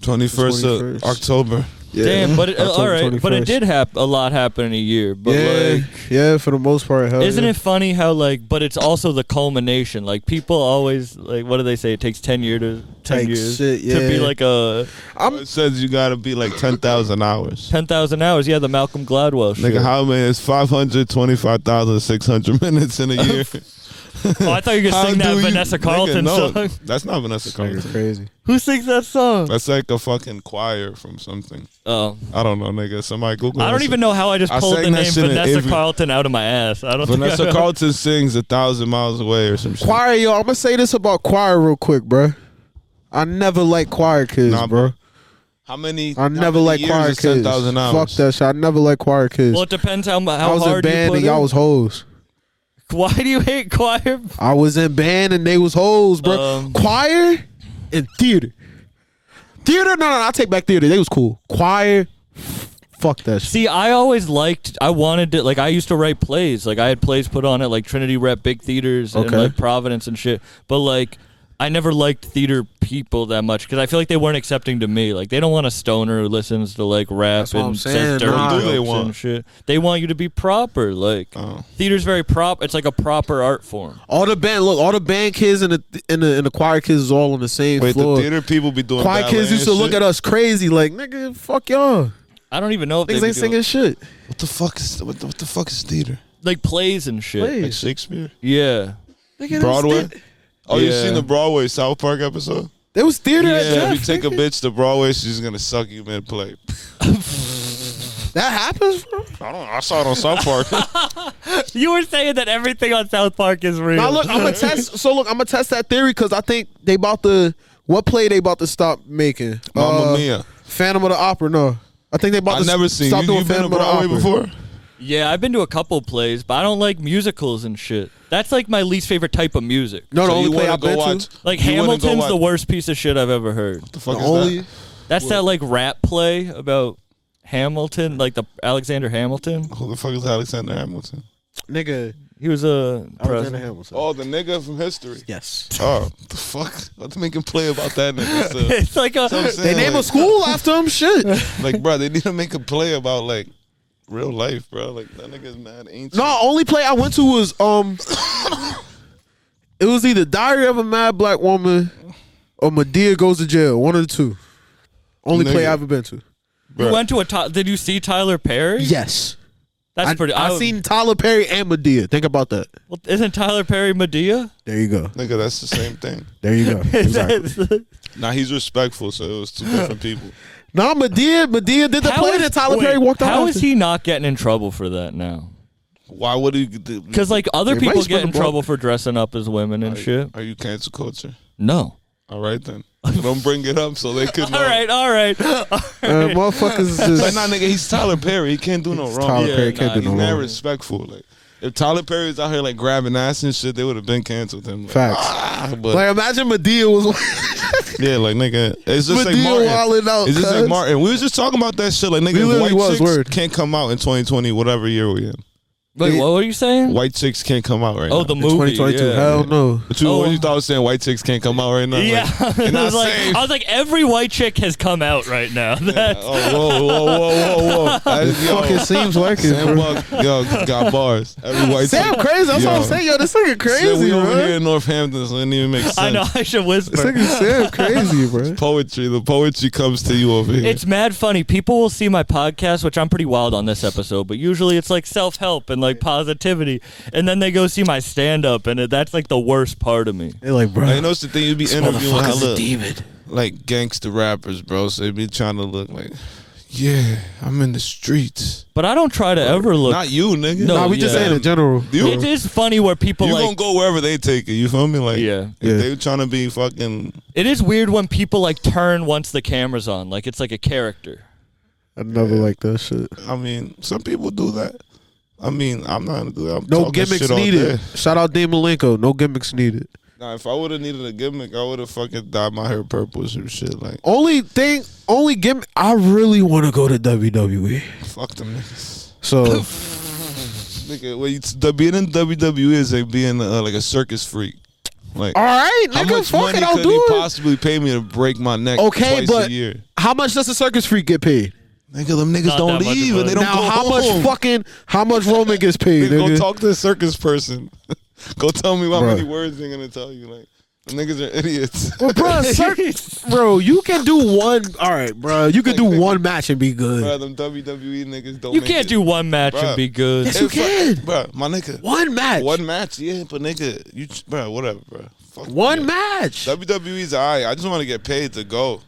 Twenty first of
21st.
October.
Damn, but it,
October
all right, but it
21st.
did happen. A lot happen in a year, but
yeah,
like.
yeah. For the most part,
Oh,
hell
Isn't
yeah.
it funny how like, but it's also the culmination. Like people always like, what do they say? It takes ten year to ten
Like,
years
shit,
to be
yeah.
like uh, a
I'm
It says you gotta be like ten thousand hours.
ten thousand hours. Yeah, the Malcolm Gladwell. Shit.
Nigga, how many is five hundred twenty five thousand six hundred minutes in a year?
oh, I thought you were
How
gonna sing
do
that
you-
Vanessa
Nigga,
Carlton
no,
song.
That's not Vanessa Carlton.
nigga's crazy.
Who sings that song?
That's like a fucking choir from something.
Oh,
I don't know, nigga. Somebody Google.
I don't
that
even
shit.
know how I just
I
pulled
sang
the
that
name
shit in
Vanessa
every-
Carlton out of my ass. I don't. think I
Vanessa
know.
Carlton sings a thousand miles away or some shit.
Choir, yo, I'm gonna say this about choir real quick, bro. I never like choir kids,
Nah,
bro.
How many?
I never like choir kids.
Ten thousand
Fuck
hours.
that shit. I never like choir kids.
Well, it depends how mu- how
I was in
hard
band
you
and
put
y'all
in.
was hoes.
Why do you hate choir?
I was in band and they was hoes, bro.
Um,
choir and theater. Theater, no, no, no, I take back theater. They was cool. Choir, f- fuck that shit.
See, I always liked. I wanted to like. I used to write plays. Like I had plays put on at like Trinity Rep, big theaters, and
Okay.
like Providence and shit. But like, I never liked theater people that much because I feel like they weren't accepting to me. Like they don't want a stoner who listens to like rap
what
and
I'm saying,
says dirty
nah.
What do they
jokes
want?
and shit. They want you to be proper. Like
Oh.
theater's very prop. It's like a proper art form.
All the band, look, all the band kids and the and the, and the choir kids is all on the same
Wait,
floor.
the theater people be doing.
choir
ballet
kids used to
and
look
shit?
at us crazy, like nigga, fuck y'all.
I don't even know if
Niggas
they
ain't
ain't
singing shit.
What the fuck is what the, what the fuck is theater?
like plays and shit.
Like
Please.
Shakespeare,
Yeah.
Nigga, they
Broadway.
was, thea-
Oh, you
Yeah.
seen the Broadway South Park episode?
they was theater at
if you
Jeff,
take a
nigga.
bitch to Broadway, she's gonna suck you mid play.
That happens, bro.
I don't. I saw it on South Park.
You were saying that everything on South Park is real.
Now look, I'm gonna test. So look, I'm gonna test that theory because I think they about to what play they about to stop making.
Mamma
Uh,
Mia.
Phantom of the Opera. No, I think they about
I
to s-
never seen.
stop
You,
doing
you been to
Phantom of the
Broadway
Opera.
before?
Yeah, I've been to a couple plays, but I don't like musicals and shit. That's like my least favorite type of music.
No, the
So
only
you
play
wanna
I've
go
been
watch?
to.
Like
you wanna go
Hamilton's
watch-
the worst piece of shit I've ever heard.
The fuck
The
is
only
that?
That's that like rap play about Hamilton, like the Alexander Hamilton.
Who the fuck is Alexander Hamilton?
nigga
He was a
Alexander
president.
Hamilton.
Oh, the nigga from history.
Yes.
Oh, the fuck? What to make him play about that nigga? So,
It's like a
so I'm saying,
They name
like,
a school after him. Shit.
Like, bro, they need to make a play about like real life, bro. Like that nigga's mad ancient.
No, only play I went to was um, it was either Diary of a Mad Black Woman or Medea Goes to Jail. One of the two. Only play
Nigga.
I've ever been to.
you
Bruh.
went to a. Ty- Did you see Tyler Perry?
Yes.
that's
I,
pretty.
I,
would-
seen Tyler Perry and Medea. Think about that.
well, Isn't Tyler Perry Medea?
There you go.
nigga, that's the same thing.
There you go. Exactly.
Now he's respectful, so it was two different people.
nah, Medea, Medea did the
How
play
is-
that Tyler
wait,
Perry walked out.
How is
after.
he not getting in trouble for that now?
Why would he? do-
Because like other
They might
people
spin
get
the
in
block.
trouble for dressing up as women and shit.
Are you cancel culture?
No.
All right then. Don't bring it up so they could. Know.
All right, all right.
Uh, motherfuckers is
Like,
just
nah, nigga, he's Tyler Perry. He can't do no wrong.
Tyler
Yeah,
Perry can't
nah,
do
He's
no
mad
wrong.
respectful. Like If Tyler Perry was out here like grabbing ass and shit, they would have been canceled him. Like,
Facts.
ah, but
Like imagine Medea was
yeah, like nigga, it's just like
Medea
Martin.
wilding out.
It's just
cuz.
like Martin. We was just talking about that shit. Like
We
nigga,
literally
white
was,
chicks
word.
can't come out in 2020, whatever year we in.
Wait, what were you saying?
White chicks can't come out right now.
Oh, the movie.
2022.
yeah.
Hell no.
But you,
Oh.
what you thought I was saying white chicks can't come out right now?
Yeah,
Like,
I,
and I
was like,
say-
I was like, every white chick has come out right now. That's
Oh, whoa, whoa, whoa, whoa, whoa. That's, yo,
Fucking seems like it.
Sam
bro.
Buck, yo, got bars. Every white
Sam
chick-
crazy. That's what
Yo.
I'm saying. Yo, this nigga
Shit,
crazy,
we over here
bro.
in Northampton, so it didn't even make sense.
I know I should
This
whisper.
nigga Sam crazy, bro.
Poetry, the poetry comes to you over here.
It's mad funny. People will see my podcast, which I'm pretty wild on this episode, but usually it's like self help and like positivity, and then they go see my stand up, and it, that's like the worst part of me.
They like, bro.
I know it's the thing you be interviewing
motherfucker's
hella,
a demon.
like gangster rappers, bro. So they be trying to look like, yeah, I'm in the streets.
But I don't try to ever look.
Not you, nigga.
No,
Nah, we just
yeah.
saying in general.
You,
it is funny where people
you
like
gonna go wherever they take it. You feel me? Like,
Yeah.
if
Yeah.
they trying to be fucking
It is weird when people like turn once the camera's on, like it's like a character.
I never like that shit.
I mean, some people do that. I mean, I'm not gonna do that. I'm
No
talking
gimmicks
shit all
needed.
day.
Shout out Dave Malenko. No gimmicks needed.
Nah, if I would have needed a gimmick, I would have fucking dyed my hair purple or some shit. Like,
Only thing, only gimmick. I really want to go to WWE.
fuck them niggas.
So
Nigga, well, you, the, being in WWE is like being uh, like a circus freak. Like,
all right,
how
nigga,
much
fuck
money
it, I'll
could he
do it.
possibly pay me to break my neck
Okay,
twice
but
a year?
how much does a circus freak get paid?
Nigga, them niggas
Not
don't
that much
leave
of a-
and they don't
now,
go
how
home.
much fucking, how much Roman gets paid,
Nigga, go
nigga?
talk to the circus person. go tell me how
Bruh.
many words they're gonna tell you. Like, the niggas are idiots.
Well, bro, circus, bro, you can do one. All right, bro, you can do one match and be
Bruh,
good.
them WWE niggas don't.
You
make
can't
it.
do one match
Bruh.
and be good.
Yes, you
Hey,
can.
fu- bruh, my nigga.
One match.
One match, yeah, but nigga, you, ch- bruh, whatever, bruh. Fuck
One
yeah.
match.
WWE's alright. I just want to get paid to go.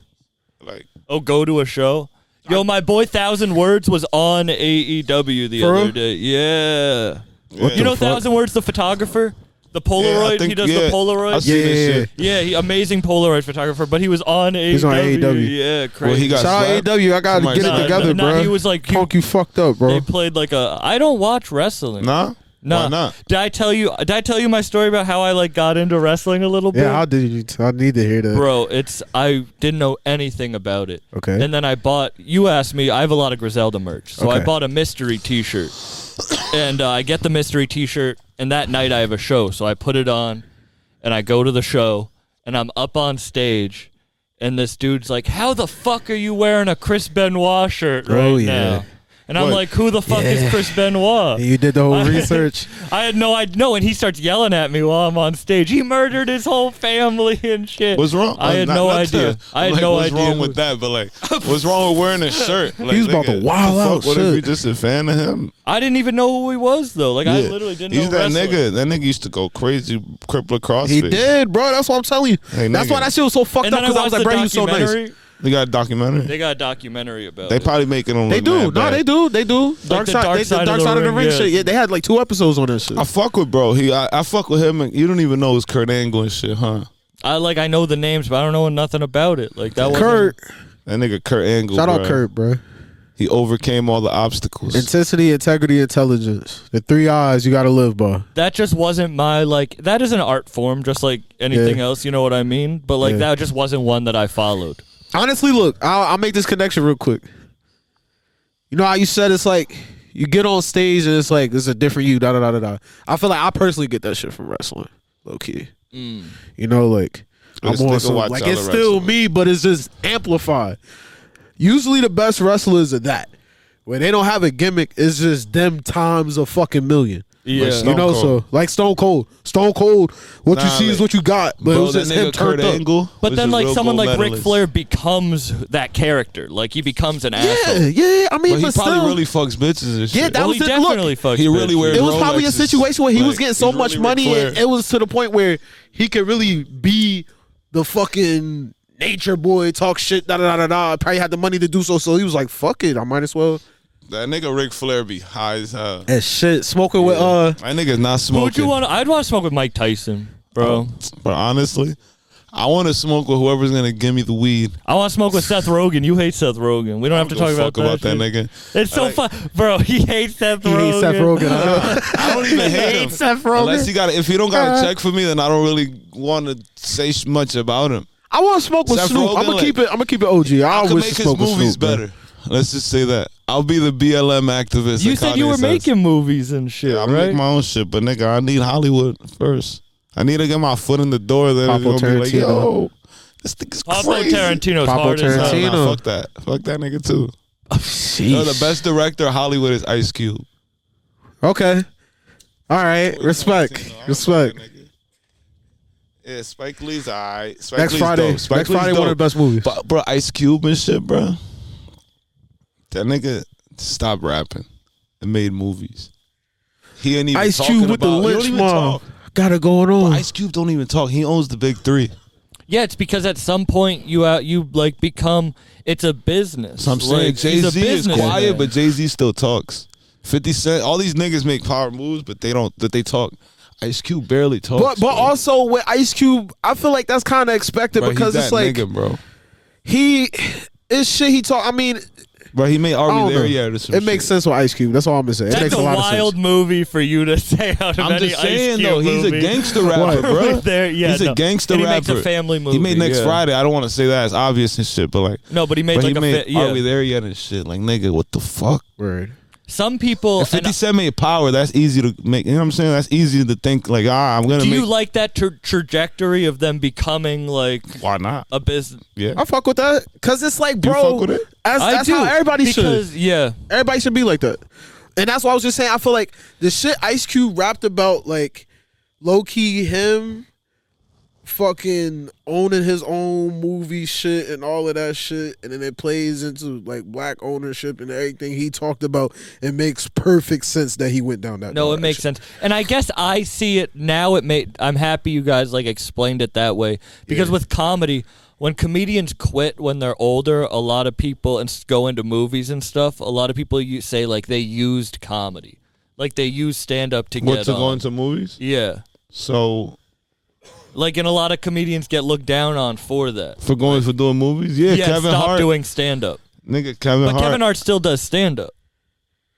Like,
Oh, go to a show. Yo, my boy Thousand Words was on AEW the
For
other
real?
day. Yeah.
What
you
the
know Thousand Words, the photographer? The
yeah, I
Polaroid?
think-
he does
yeah,
the
I
Polaroid?
see
Yeah,
this
yeah,
shit.
Yeah, he amazing Polaroid photographer, but he was on AEW.
He's on AEW.
Yeah, crazy.
E Well, he got
Shout out
slapped.
AW. I gotta
Somebody
get it
slapped.
together,
Nah, nah,
bro.
he was like- he-
Punk, you fucked up, bro.
they played like a. I don't watch wrestling.
Nah,
Nah.
why not?
Did I tell you? Did I tell you my story about how I like got into wrestling a little bit?
Yeah, how did you? I need to hear that.
Bro, it's I didn't know anything about it.
Okay.
And then I bought. You asked me. I have a lot of Griselda merch, so I
Okay.
bought a mystery T-shirt, and uh, I get the mystery T-shirt, and that night I have a show, so I put it on, and I go to the show, and I'm up on stage, and this dude's like, "How the fuck are you wearing a Chris Benoit shirt right
Oh, yeah.
now?" And I'm
What?
like, "Who the fuck is
Yeah.
Chris Benoit?"
You did the whole
I-
research.
I had no idea. No, and he starts yelling at me while I'm on stage. He murdered his whole family and shit.
What's wrong?
I had
Not-
no
not to-
idea. I had
like,
no
what's
idea.
wrong with that? But like, what's wrong with wearing a shirt? Like,
He's about
nigga,
to wild
the fuck,
out
What if
shit.
you just a fan of him?
I didn't even know who he was though. Like I
Yeah.
literally didn't
He's
know
that
wrestling.
nigga. That nigga used to go crazy, crippler CrossFit.
He did, bro. That's what I'm telling you.
Hey,
That's
nigga.
why that shit was so fucked
And
up
then I
because I
watched
was like,
the
bro, you so nice.
documentary.
They got a documentary.
They got a documentary about
They
it.
probably making them.
They
look
do.
mad
No,
bad.
they do. They do. Dark
the
side.
Dark
they,
Side
the
of
dark
the
side of the
Ring,
ring
yeah.
shit. Yeah, they had like two episodes on that shit.
I fuck with bro. He, I, I fuck with him. And you don't even know his Kurt Angle and shit, huh?
I like I know the names, but I don't know nothing about it. Like that was
Kurt,
That nigga Kurt Angle.
shout out
bro.
Kurt, bro.
He overcame all the obstacles.
Intensity, integrity, intelligence. The three eyes you gotta live by.
That just wasn't my like. That is an art form, just like anything
Yeah.
else. You know what I mean? But like
Yeah.
that just wasn't one that I followed.
Honestly, look, I'll, I'll make this connection real quick. You know how you said it's like you get on stage and it's like it's a different you. Da da da da da. I feel like I personally get that shit from wrestling, low key.
Mm.
You know, like I'm
Let's
on
take a
some,
watch
like
out
it's
of
still
wrestling.
me, but it's just amplified. Usually, the best wrestlers are that where they don't have a gimmick. It's just them times a fucking million.
Yeah.
Like,
you
Stone
know,
Cold.
so like Stone Cold, Stone Cold. What you
Nah,
see is
like-
what you got, but it
Bro,
was
that
just him
nigga
turned
Kurt
up.
Angle.
But
was
then
a
like
real
someone
gold
like Ric
medalist.
Flair becomes that character. Like he becomes an
Yeah,
asshole.
yeah. I mean,
But he
but
probably
still,
really fucks bitches and shit.
Yeah, that
well,
was
he
it. Look,
definitely fucks.
he really
bitches.
wears-
it was probably a
Rolexes.
situation where he was
Like,
getting so
he's
much
really
money
Ric
and
Flair.
it was to the point where he could really be the fucking nature boy, talk shit, da da da da da. Probably had the money to do so, so he was like, "Fuck it, I might as well."
That nigga Ric Flair be high as hell.
That shit, smoking with uh,
That nigga's not
Who
smoking.
would you want? I'd want to smoke with Mike Tyson, bro.
But honestly, I want to smoke with whoever's gonna give me the weed.
I want to smoke with Seth Rogen. You hate Seth Rogen. We don't have to
Go
talk
fuck
about,
about that,
shit.
nigga.
It's so fun, bro. He hates Seth
He
Oh,
Rogen.
hates Seth Rogen. I know.
I don't even hate him.
hates Seth Rogen.
Unless he got, if he don't got a check for me, then I don't really want to say sh- much about him.
I want to smoke with
Seth
Snoop. I'm
Rogen,
gonna
like-
keep it. I'm gonna keep it OG. I,
I could
always
make his
smoke with
movies
Snoop, man.
better. Let's just say that I'll be the BLM activist.
You
that
said you
Kanye
were
says.
making movies and shit,
I
right?
make my own shit, but nigga, I need Hollywood first. I need to get my foot in the door. Then it's
Pablo
gonna be like,
Tarantino.
yo, this nigga's
Pablo
crazy.
Tarantino's
Pablo
hard as hell.
Nah,
Tarantino.
fuck that. Fuck that nigga too.
Sheesh.
You know, the best director of Hollywood is Ice Cube.
Okay. All right. Respect. Respect.
Yeah, Spike Lee's alright. Spike
Next
Lee's
Friday.
dope.
Next
Spike Lee's
Friday, one
dope.
of the best movies.
But bro, Ice Cube and shit, bro. That nigga stopped rapping and made movies. He ain't even
Ice
talking
Cube with the
about- he don't
lynch
even
mob.
talk.
Got it going on.
Ice Cube don't even talk. He owns the big three.
Yeah, it's because at some point you out you like become it's a business.
So I'm saying
Like,
Jay
he's a
Z is
businessman.
quiet, but Jay Z still talks. Fifty Cent, all these niggas make power moves, but they don't. That they talk. Ice Cube barely talks.
But but
bro.
also with Ice Cube, I feel like that's kind of expected
Bro, he's
because it's
that
like
nigga, bro.
he it's shit he talk. I mean,
Bro, he made
I
Army
don't know.
there. Yeah,
it makes sense with Ice Cube. That's all I'm gonna say. it
that's
makes
a,
a, lot
wild
of sense.
movie for you to say out of
I'm
any
just
Ice
saying
Cube
though, he's
movie.
a gangster rapper, bro.
There, yeah,
he's
no.
a gangster
And he
rapper.
makes a family
He made
movie,
Next
yeah.
Friday. I don't want to say that. It's obvious and shit, but like,
No, but he made
but
like
he
a
made
fa- yeah.
Are We There Yet and shit. Like, nigga, what the fuck?
Word.
Some people.
If
and
50 Cent made Power, that's easy to make. You know what I'm saying? That's easy to think, like, ah, I'm going to
do
make.
you like that tra- trajectory of them becoming like
Why not?
a business?
Yeah.
I fuck with that because it's like, bro,
fuck with it?
that's,
I
that's
do
how everybody should.
because, Yeah,
Everybody should be like that. And that's why I was just saying I feel like the shit Ice Cube rapped about like low key him fucking owning his own movie shit and all of that shit and then it plays into like black ownership and everything he talked about it makes perfect sense that he went down that
No, it
direction.
makes sense. And I guess I see it now it made I'm happy you guys like explained it that way because with comedy when comedians quit when they're older, a lot of people and s- go into movies and stuff, a lot of people you say like they used comedy. Like they used stand up to
What
get
to go
on.
into movies?
Yeah.
So,
Like and a lot of comedians get looked down on for that.
for going for doing movies? Yeah,
yeah,
Kevin
stop
Hart.
doing stand up.
nigga, Kevin
But
Hart.
Kevin Hart still does stand up.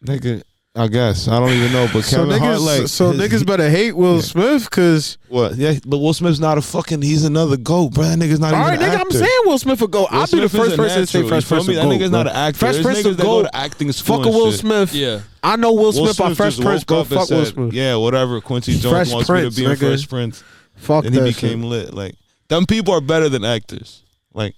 Nigga, I guess. I don't even know. But
So
Kevin Hart,
niggas,
like.
so
his-
niggas better hate Will Smith because
What? Yeah, but Will Smith's not a fucking. He's another goat, bro. That nigga's not
all
even
right,
an
nigga, I'm
actor.
saying Will Smith will go. I'll be the
Smith is
first
a
person to say
natural,
Fresh
you feel
Prince
me?
of
That
Gold.
nigga's not an actor.
Fresh
There's
Prince
niggas
of
that go
Gold.
to acting school
Fuck a
and
Will
shit.
Smith.
Yeah.
I know Will Smith. by
just
Fresh Prince,
woke
go
up and
fuck Will
said,
Smith.
Yeah, whatever. Quincy Jones
Fresh
wants
Prince,
me to be in
nigga.
Fresh Prince,
Fuck
and
that
he became
shit.
lit. Like them people are better than actors. Like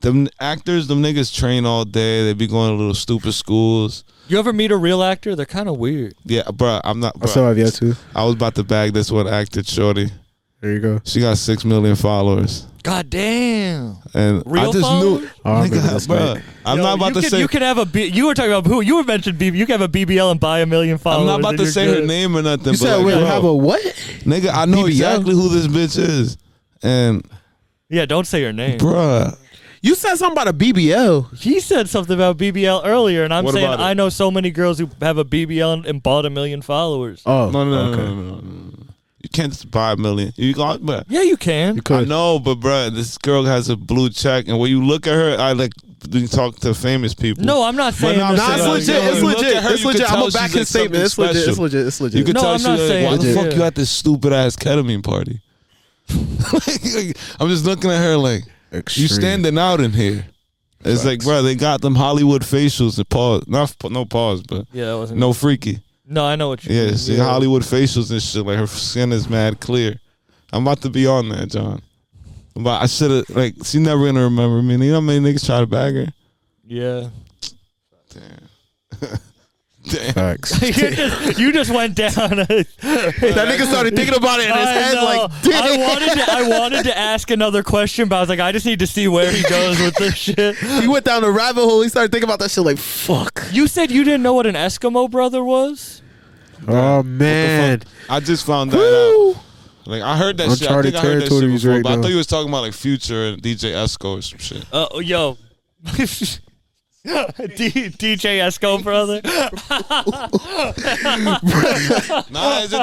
them actors, them niggas train all day. They be going to little stupid schools.
You ever meet a real actor? They're kind of weird.
Yeah, bro, I'm not.
I still
Bruh,
have yet to.
I was about to bag this one actor, Shorty.
There you go.
She got six million followers,
God damn.
and I
Real
just knew.
followers?
Oh, I remember
Nigga,
this
bruh,
night.
I'm
Yo,
not about
you
to
could,
say.
you could have a B, you were talking about who you were mentioned B, you could have a BBL and buy a million followers.
I'm not about
and
to
you're
say her
good.
name or nothing.
You
but uh,
said
like,
we
bro,
have a what?
nigga. I know
BBL?
exactly who this bitch is, and
Yeah, don't say her name.
bruh,
You said something about a BBL.
He said something about BBL earlier, and I'm
What
saying
about it?
I know so many girls who have a BBL and, and bought a million followers.
Oh,
No, no, no, no, no, no, no. You can't just buy a million. You got, but
yeah, you can.
You
I
could.
know, but bruh, this girl has a blue check, and when you look at her, I like you talk to famous people.
No, I'm not saying.
no, I'm
this
Nah,
saying,
it's
about
legit. It's
like, yo, you look
legit.
at her,
It's
you could
legit. I'm
tell
gonna back
she's
his
like
statement. It's
something
legit. It's
special.
legit. It's
you
legit.
could
No,
tell
I'm
she
not
like,
saying-
why the
Yeah.
fuck you at this stupid ass ketamine party? Like, I'm just looking at her like you standing out in here. It's like, bruh, they got them Hollywood facials and pause. Not no pause, but
Yeah, that
Mm.
wasn't. No,
no freaky.
I know what you.
Yeah,
mean.
see Hollywood facials and shit. Like her skin is mad clear. I'm about to be on that, John. But I should have like she never gonna remember me. You know how many niggas try to bag her?
Yeah.
Damn.
Facts.
you just you just went down. a-
That nigga started thinking about it in his
I
head.
know.
Like,
I wanted to, I wanted to ask another question, but I was like, I just need to see where he goes with this shit.
he went down a rabbit hole. He started thinking about that shit. Like, fuck.
You said you didn't know what an Eskimo brother was.
Oh
What
man.
the fuck? I just found that
Woo.
out. Like I heard that shit. I
Uncharted
think I heard that shit
territories
before,
right
but I
now.
thought you was talking about like Future and DJ Esco or some shit.
Uh, yo. D- DJ Esco brother.
Nah, isn't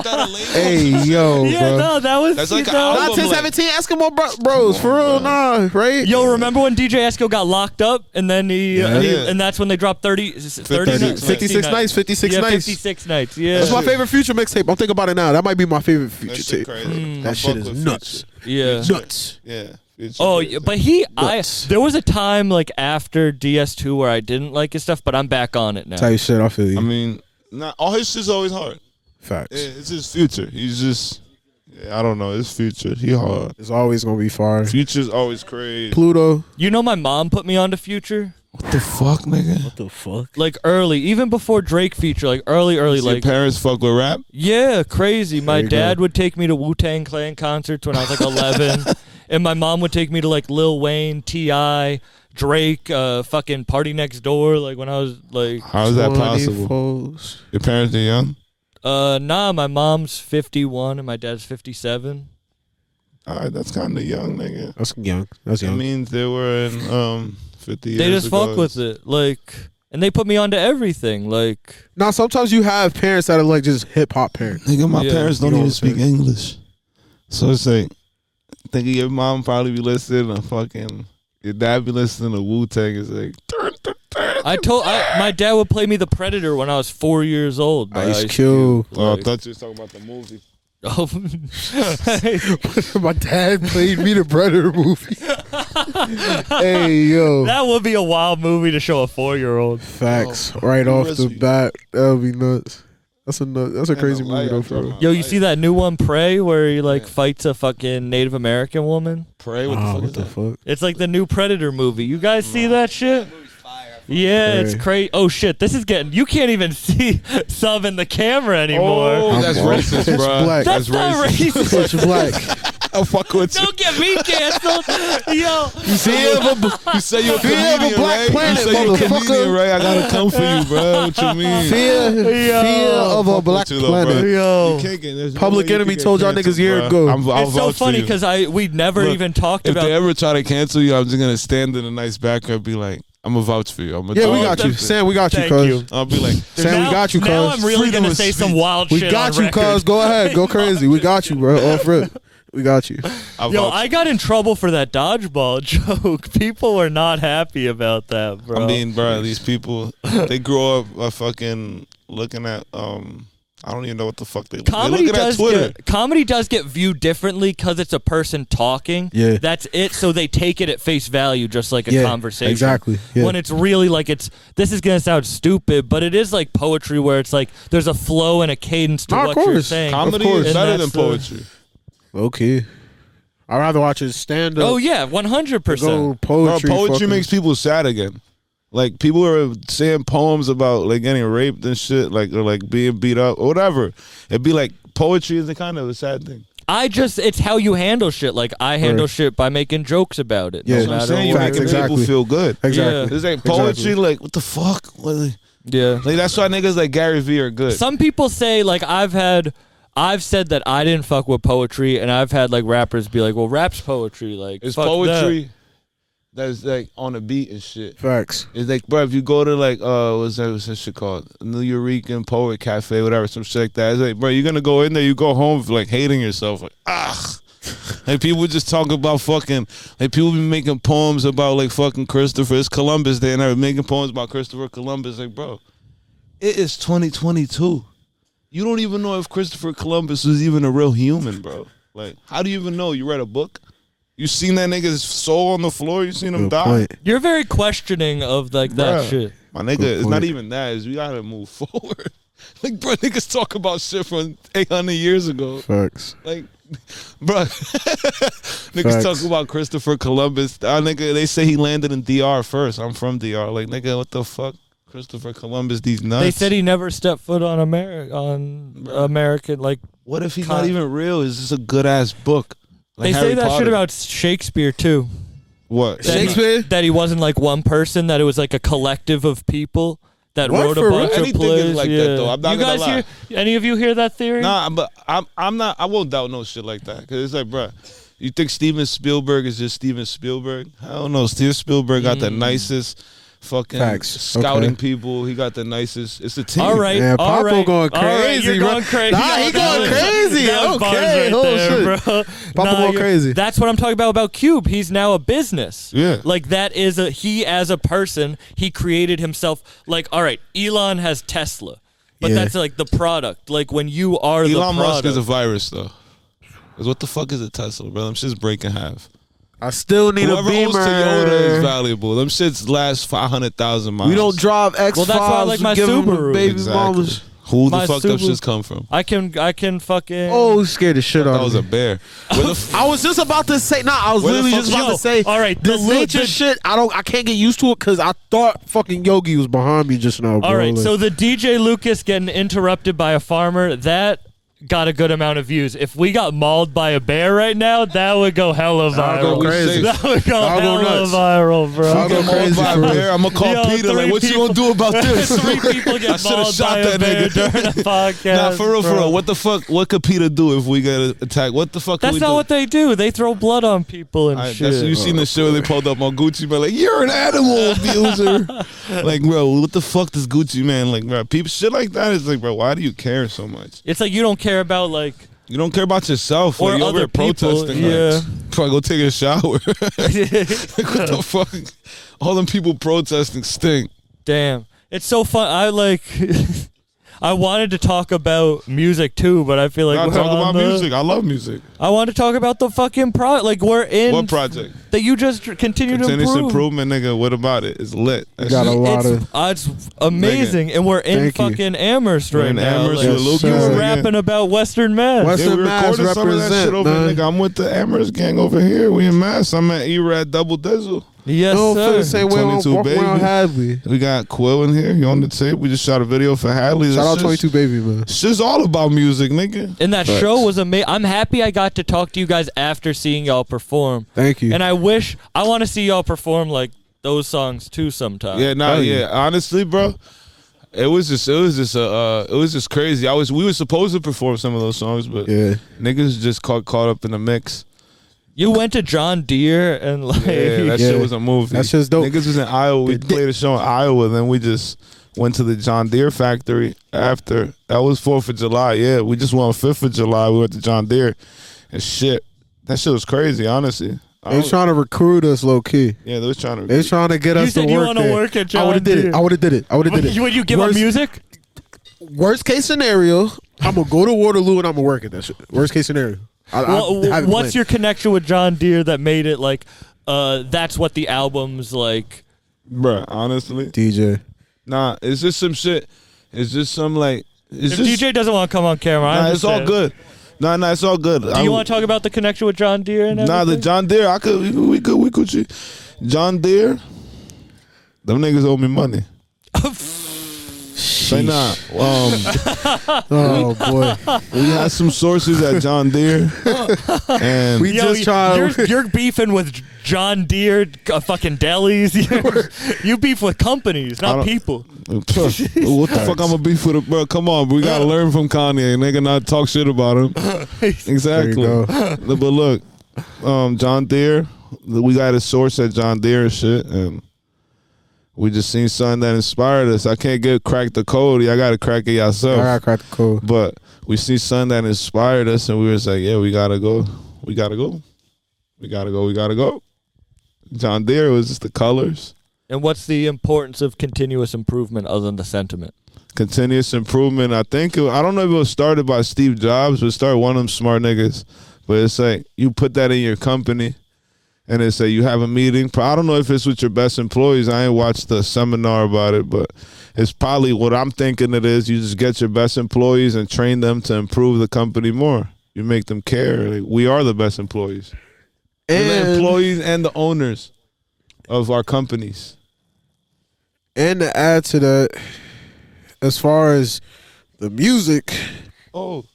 that a lady?
Hey yo,
Yeah,
bro.
no, that was
That's like
you
an
know-
album.
Not 10,
like-
17 Eskimo bro- bros, for real, nah, right?
Yo, remember when DJ Esco got locked up and then he,
Yeah.
and, he-
Yeah.
and that's when they dropped 30, 30
56
nights,
56 nights, 56
yeah,
nights.
56 nights. Yeah.
That's my favorite future mixtape. I'm thinking about it now. That might be my favorite
That
future
shit
tape.
crazy. I
That shit
fuck
is
with
nuts.
Future.
yeah.
Nuts.
Yeah. Future
Oh,
crazy.
yeah, but he, I,
Nuts.
there was a time like after DS2 where I didn't like his stuff, but I'm back on it now.
Type shit, I feel you.
I mean, nah, all his shit's always hard. Yeah,
Facts.
it's his future. He's just, yeah, I don't know, his future. He hard.
It's always gonna be fire.
Future's always crazy.
Pluto.
You know, my mom put me on to Future
What the fuck, nigga?
What the fuck?
like early, even before Drake feature, like early, early,
Your
like
parents fuck with rap?
yeah, crazy. My
you go.
dad would take me to Wu Tang Clan concerts when I was like 11, and my mom would take me to like Lil Wayne, Ti, Drake, uh, fucking Party Next Door. Like when I was like,
How is that possible? Your parents are young?
uh, nah, my mom's 51 and my dad's 57.
All right, that's kind of young, nigga.
That's young. That's
It
young.
means they were in um 50 years
they just
ago.
fuck with it, like, and they put me onto everything, like.
now sometimes you have parents that are like just hip hop parents.
Nigga, my
Yeah,
parents
you
don't
know
even
what I'm
speak English. So it's like, thinking your mom probably be listening to fucking, your dad be listening to Wu Tang. It's like,
I told I, my dad would play me the Predator when I was four years old. by
Ice Cube.
oh, I
Like-
thought you was talking about the movie.
Oh,
My dad played me the brother movie. hey yo,
that would be a wild movie to show a four-year-old.
Oh,
facts right off the
Recipe.
bat. That'll be nuts. That's a nut, that's a crazy
And the
movie though,
light, I
for real.
dropped my
Yo, you
light.
see that new one, Prey, where he like fights a fucking Native American woman?
Pray, what the
Ah,
fuck
what
is
the
that?
fuck?
It's like the new Predator movie. You guys see that shit? Yeah, it's crazy. Oh shit, this is getting. You can't even see sub in the camera anymore.
Oh, that's
I'm black.
racist, bro.
black.
That's
That's not
racist.
racist.
Pitch black.
I fuck with you.
Don't get me canceled, yo.
You say you have a, you say you're a
Fear of a
comedian,
black
right?
planet,
you say you're a comedian,
motherfucker.
right? I gotta come for you, bro. What you mean?
Fear, fear of a black
you, little
planet.
brother.
Yo.
You can't get- there's no
Public
way you
Enemy
can get
told y'all
canceled,
niggas a year
bro.
ago.
I'm, I'll
It's
vouch
so
for
funny
you.
because I we never
Look,
even talked
if
about
they ever try to cancel you, I'm just gonna stand in a nice backer and be like, I'm a vouch for you. I'm a
Yeah, we
dog.
got you, Sam. We got you,
Thank
cuz.
you.
I'll be like,
Sam, we got you, cuz.
Now I'm really
Freedom
gonna
of
say some
speech.
wild
We
shit.
got
on
you, cuz.
record.
Go ahead. Go crazy. We got you, bro. Off rip. We got you.
I
Yo,
vouch.
I got in trouble for that dodgeball joke. People were not happy about that, bro.
I mean, bro, these people they grow up uh, fucking looking at um. I don't even know what the fuck they
comedy
they looking at
does
Twitter.
get, comedy does get viewed differently because it's a person talking.
Yeah.
that's it. So they take it at face value, just like a
Yeah,
conversation.
exactly, yeah.
When it's really like it's this is gonna sound stupid, but it is like poetry where it's like there's a flow and a cadence to
Of
what you're
course.
saying.
Comedy
course.
is
And
better
that's
than
the-
poetry.
Okay. I'd rather watch his stand up.
Oh yeah, one hundred
Go
percent.
Bro,
poetry.
Uh, poetry
fucking-
makes people sad again. Like people are saying poems about like getting raped and shit, like or like being beat up or whatever. It'd be like poetry is a kind of a sad thing.
I just it's how you handle shit. Like I handle shit by making jokes about it. no
Yeah.
That's what I'm
matter
saying.
don't
You're
what
Facts,
making
it is.
people
exactly.
feel good.
Exactly.
It's like poetry,
Exactly.
like what the fuck? What-
Yeah.
Like that's why niggas like Gary Vee are good.
Some people say like I've had I've said that I didn't fuck with poetry and I've had like rappers be like, Well rap's poetry, like
it's
fuck
poetry that's like on a beat and shit.
Facts.
It's like, bro, if you go to like, uh, what's that, what's that shit called? New Eurekan Poet Cafe, whatever, some shit like that. It's like, bro, you're gonna go in there, you go home like hating yourself, like, ah. Like people just talk about fucking, like people be making poems about like fucking Christopher. It's Columbus Day, and they're making poems about Christopher Columbus. Like, bro, it is 2022. You don't even know if Christopher Columbus was even a real human, bro. Like, how do you even know? You read a book? You seen that nigga's soul on the floor? You seen him
Good
die?
point.
You're very questioning of like that
Bruh,
shit.
My nigga,
Good
it's not
point.
even that. It's we gotta move forward. like, bro, niggas talk about shit from 800 years ago.
Facts.
Like, bro, niggas
Facts.
talk about Christopher Columbus. Our nigga, they say he landed in DR first. I'm from DR. Like, nigga, what the fuck? Christopher Columbus, these nuts.
They said he never stepped foot on America on American like
what if he's
Con-
not even real? Is this a good ass book?
they
Like Harry
say that
Potter.
shit about Shakespeare too.
what?
That he-
Shakespeare?
that he wasn't like one person, that it was like a collective of people that
What,
wrote a
for real?
bunch of
Anything
plays.
is like that,
yeah.
though. I'm not
you
gonna
guys
lie.
hear any of you hear that theory?
Nah, but I'm I'm not. I won't doubt no shit like that. Cause it's like, bruh,
Mm.
you think Steven Spielberg is just Steven Spielberg? I don't know. Steven Spielberg got the nicest fucking
Facts.
scouting
Okay.
people. He got the nicest. It's a team.
All right,
Yeah,
all
Papo
right,
going
all right,
crazy,
you're
bro.
going crazy.
Nah, he
that
going
was-
crazy.
that was bars
Okay,
right
oh,
there, bro. Nah,
going
you're-
crazy.
That's what I'm talking about about Cube. He's now a business.
Yeah.
like that is a he as a person. He created himself. Like, all right, Elon has Tesla, but
Yeah.
that's like the product. Like when you are the
Elon
product,
Musk is a virus though. Cause what the fuck is a Tesla, bro? Them shit's breaking half.
I still need
Whoever
a beamer.
owns Toyota is valuable. Them shits last five hundred thousand miles.
we don't drive X5s.
that's why I like my
we give 'em to
Subaru.
Baby
exactly.
mamas.
Who the
My
fuck them
Subaru-
shits come from?
I can I can fucking
Oh, you scared the shit out
That
of
was
me.
a bear. Where the f-
I was just about to say, nah, I was
Where the
literally
fuck-
just about
Yo,
to say,
all right,
this
the lo-
nature
the-
shit, I don't, I can't get used to it because I thought fucking Yogi was behind me just now, bro.
All right,
Like,
so the DJ Lucas getting interrupted by a farmer that got a good amount of views. If we got mauled by a bear right now, that would go hella
I'll go
viral.
crazy.
That would go
I'll go
hella
nuts.
viral, bro.
I'll go
Get mauled
crazy
by a
for real.
bear, I'm gonna call
Yo,
Peter.
three
Like, what you
people-
gonna do about this?
Three people
I
get
should've
mauled
shot
by a
that
bear
nigga.
during the podcast.
nah, for real, for
bro.
real. What the fuck? What could Peter do if we get attacked? What the fuck?
That's
can we
not
do?
what they do. They throw blood on people and
I,
shit.
that's, you seen the show they pulled up on Gucci, man. Like you're an animal abuser. like, bro, what the fuck does Gucci man? Like, bro, people shit like that is like, bro, why do you care so much?
it's like you don't care about like
You don't care about yourself
Or
like, you over
other
here protesting.
people, yeah.
Like, bro, go take a shower. like, what the fuck? All them people protesting stink.
Damn. It's so fun. I like. I wanted to talk about music too, but I feel like
Nah,
we're
talk
on
about
the-
music. I love music.
I want to talk about the fucking pro. Like we're in
What project?
that you just continue to
Continuous
improve.
improvement, nigga. What about it? It's lit. That
Got a
shit-
lot
It's,
of
uh, it's amazing, and we're in
Thank you.
fucking Amherst
We're
right
in
now.
Amherst
like,
with Lucas,
you were
nigga.
rapping about Western Mass.
West-
Yeah, we
Mass
recorded some of that shit
represent,
over,
man.
nigga. I'm with the Amherst gang over here. We in Mass. I'm at E-Rad Double Dizzle.
yes,
I don't feel the
sir.
same way when I'm
22
walking around
baby.
Hadley.
We got Quill in here. You on the tape? We just shot a video for Hadley.
shout out
It's
twenty
just-
two baby man.
It's just all about music, nigga.
And that
Facts.
show was amazing. I'm happy I got to talk to you guys after seeing y'all perform.
Thank you.
And I wish I want to see y'all perform like those songs too sometime.
Yeah, nah,
Hell yeah.
yeah. Honestly, bro, it was just, it was just, uh, uh, it was just crazy. I was, we were supposed to perform some of those songs, but
Yeah,
niggas just caught caught up in the mix.
You went to John Deere and like
Yeah, that
Yeah.
shit was a movie.
That's just dope.
Niggas was in Iowa. We
The di-
played a show in Iowa, then we just went to the John Deere factory after. That was Fourth of July. Yeah, we just won Fifth of July. We went to John Deere, and shit, that shit was crazy. Honestly, I
they was
was-
trying to recruit us low key.
yeah, they was trying to.
They was trying to get
You
us
said
to
you
work
wanna
there.
work at
I would have
John
did it.
Deere.
I would have did it. I would have did it.
Would you give up
Worst-
music?
Worst case scenario, I'm gonna go to Waterloo and I'm gonna work at that shit. Worst case scenario. I, I
Wha- wha-
haven't
what's
planned.
your connection with John Deere that made it like uh that's what the album's like
Bruh, honestly,
DJ?
nah. It's just some shit. It's just some like. It's
if
just,
DJ doesn't want to come on camera, I
Nah, it's all
understand.
good. Nah, nah, it's all good.
Do you want to talk about the connection with John Deere and
Nah, the
everything?
John Deere. I could. We, we could. We could. shoot. John Deere. Them niggas owe me money. Say nah. Um,
Oh boy,
we had some sources at John Deere, and
we
Yo,
just trying.
you're, you're beefing with John Deere, uh, fucking delis. You're- you beef with companies,
I
not
don't-
people.
what the fuck I'm gonna be for the bro? Come on, we gotta learn from Kanye. Nigga, not talk shit about him. Exactly.
go.
But look, um, John Deere. We got a source at John Deere and shit, and we just seen something that inspired us. I can't get crack the code. I gotta crack it
I
yourself.
got cracked the code.
But we see something that inspired us, and we was like, "Yeah, we gotta go, we gotta go, we gotta go, we gotta go." John Deere was just the colors,
And what's the importance of continuous improvement other than the sentiment?
continuous improvement. I think it, I don't know if it was started by Steve Jobs, but it started one of them smart niggas. But it's like you put that in your company, and it's like you have a meeting. Pro- I don't know if it's with your best employees. I ain't watched the seminar about it, but it's probably what I'm thinking it is. You just get your best employees and train them to improve the company more. You make them care. Like, we are the best employees. We're the
And,
employees and the owners of our companies.
and to add to that, as far as the music,
Oh,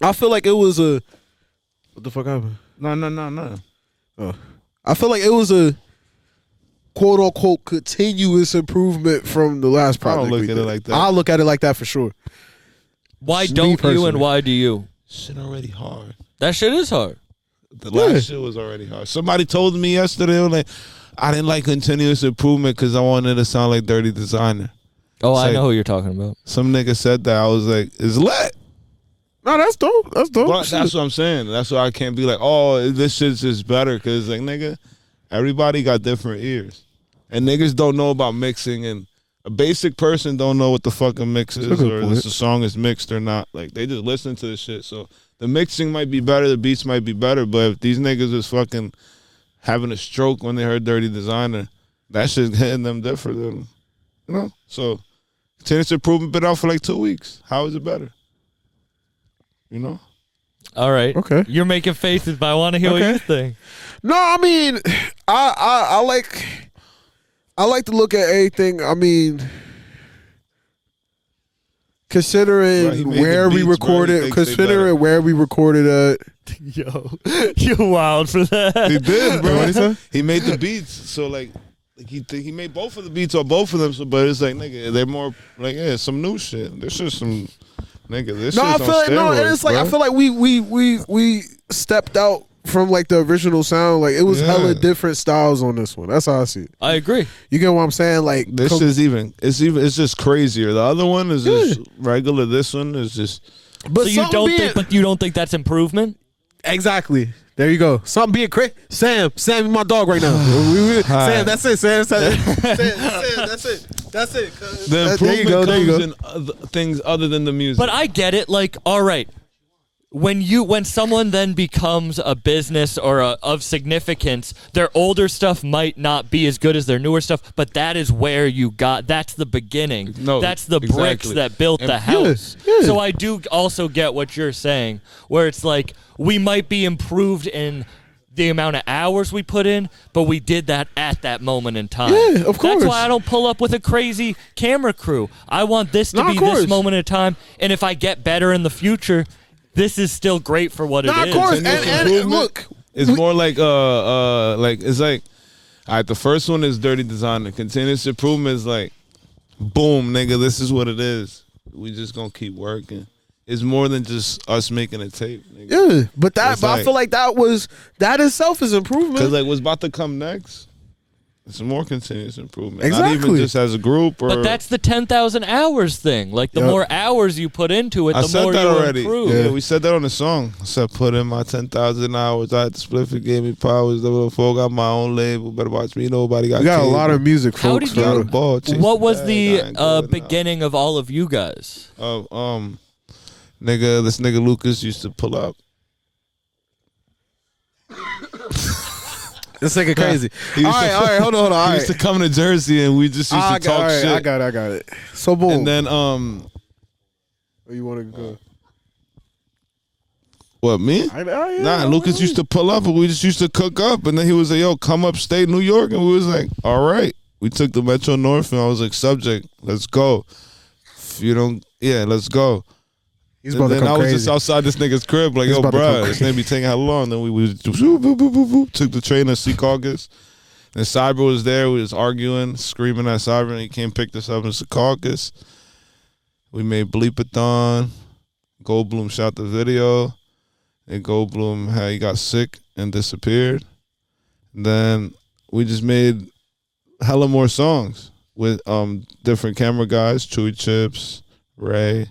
I feel like it was a. What the fuck happened?
no, no, no, no. Oh.
I feel like it was a quote unquote continuous improvement from the last
I don't
project.
look
we
at it
did.
like that.
I look at it like that for sure.
Why
Me
don't you and
personally.
why do you?
Shit already hard.
That shit is hard.
The last shit was already hard. Somebody told me yesterday, they were like, I didn't like continuous improvement because I wanted to sound like Dirty Designer.
Oh, I
Say-
know who you're talking about.
Some nigga said that. I was like, it's lit.
No, that's dope. That's dope.
But that's what I'm saying. That's why I can't be like, oh, this shit's just better because like nigga, everybody got different ears, and niggas don't know about mixing, and a basic person don't know what the fuck a mix is
good
or
point.
if the song is mixed or not. Like they just listen to the shit. So the mixing might be better, the beats might be better, but if these niggas is fucking having a stroke when they heard Dirty Designer, that shit hitting them different than you know. So continuous improvement been out for like two weeks. How is it better? You know.
All right.
Okay.
You're making faces, but I want to hear what you think.
No, I mean, I, I I like I like to look at everything. I mean,
Bro, he
considering
making
where we
beats, bro. He
recorded,
thinks they better.
considering where we recorded at.
Yo, you're wild for
He
that.
did,
What'd he
bro.
say?
he made the beats, so like, like he th- he made both of the beats or both of them. So, but it's like nigga, they're more like yeah, some new shit. This is some nigga. This
No, I
shit's
feel
on
like, no, and
steroids,
it's like I
bro.
feel like we we we we stepped out from like the original sound. Like it was
Yeah.
hella different styles on this one. That's how I see it.
I agree.
You get what I'm saying? Like
this
co-
is even. It's even. It's just crazier. The other one is just regular. This one is just.
but
so you
something
don't
being-
think, but you don't think that's improvement?
Exactly. There you go. Something being crazy. Sam, Sam, you my dog right now. We- we- Sam, that's it. Sam, Sam, Sam, Sam, that's it. That's it. cuz.
The
That-
improvement
there you go. There you
comes
go.
in other things other than the music.
But I get it. Like, all right, when you when someone then becomes a business or a, of significance, their older stuff might not be as good as their newer stuff. But that is where you got. That's the beginning.
No,
that's the bricks
exactly.
that built
And-
the house. So I do also get what you're saying, where it's like we might be improved in. The amount of hours we put in, but we did that at that moment in time.
Yeah, of course.
That's why I don't pull up with a crazy camera crew. I want this to
No, of
be
course.
this moment in time. And if I get better in the future, this is still great for what
Nah,
it
of
is.
course. And,
Continuous
and, and
improvement
look,
It's more like uh uh like it's like all right, the first one is dirty designer. Continuous improvement is like boom, nigga, this is what it is. We just gonna keep working. It's more than just us making a tape, nigga.
yeah, but that,
It's
but I
like-
feel like that was that itself is improvement.
Cause like what's about to come next? It's more continuous improvement. Not even
Exactly.
just as a group or
But that's the 10,000 hours thing. Like, the
Yep.
more hours you put into it,
I
the
said
more
that
you
already.
improve.
Yeah, we said that on the song. I said, put in my 10,000 hours. I had to split it, gave me powers. The little folk got my own label. Better watch me. Nobody got
we got a
cable.
lot of music,
How
folks.
did you-
Got a
bro.
ball. chased
What was
bag, I
the
ain't
uh,
going out.
beginning of all of you guys?
of um nigga this nigga Lucas used to pull up.
This nigga crazy.
He
all
used
right,
to-
all right, hold on, hold on. All
he
right.
used to come to Jersey and we just used
I,
to
got,
talk
all right,
shit.
I got it, I got it. So boom.
and then um
Oh, you want to go?
what me?
I, oh, yeah,
Nah, Lucas used to pull up and we just used to cook up and then he was like, Yo, come upstate New York and we was like, All right. We took the Metro North and I was like, Subject, let's go. If you don't yeah, let's go.
He's
And
about to
then I
come
was
crazy.
just outside this nigga's crib, like,
He's
yo,
about to come
bruh, this nigga be taking how long? Then we, we just, whoop, whoop, whoop, whoop, whoop, took the train to Secaucus. And Cyber was there. We was arguing, screaming at Cyber, and he came pick us up in Secaucus. We made Bleepathon. Goldblum shot the video. And Goldblum, how he got sick and disappeared. Then we just made hella more songs with um different camera guys, Chewy Chips, Ray.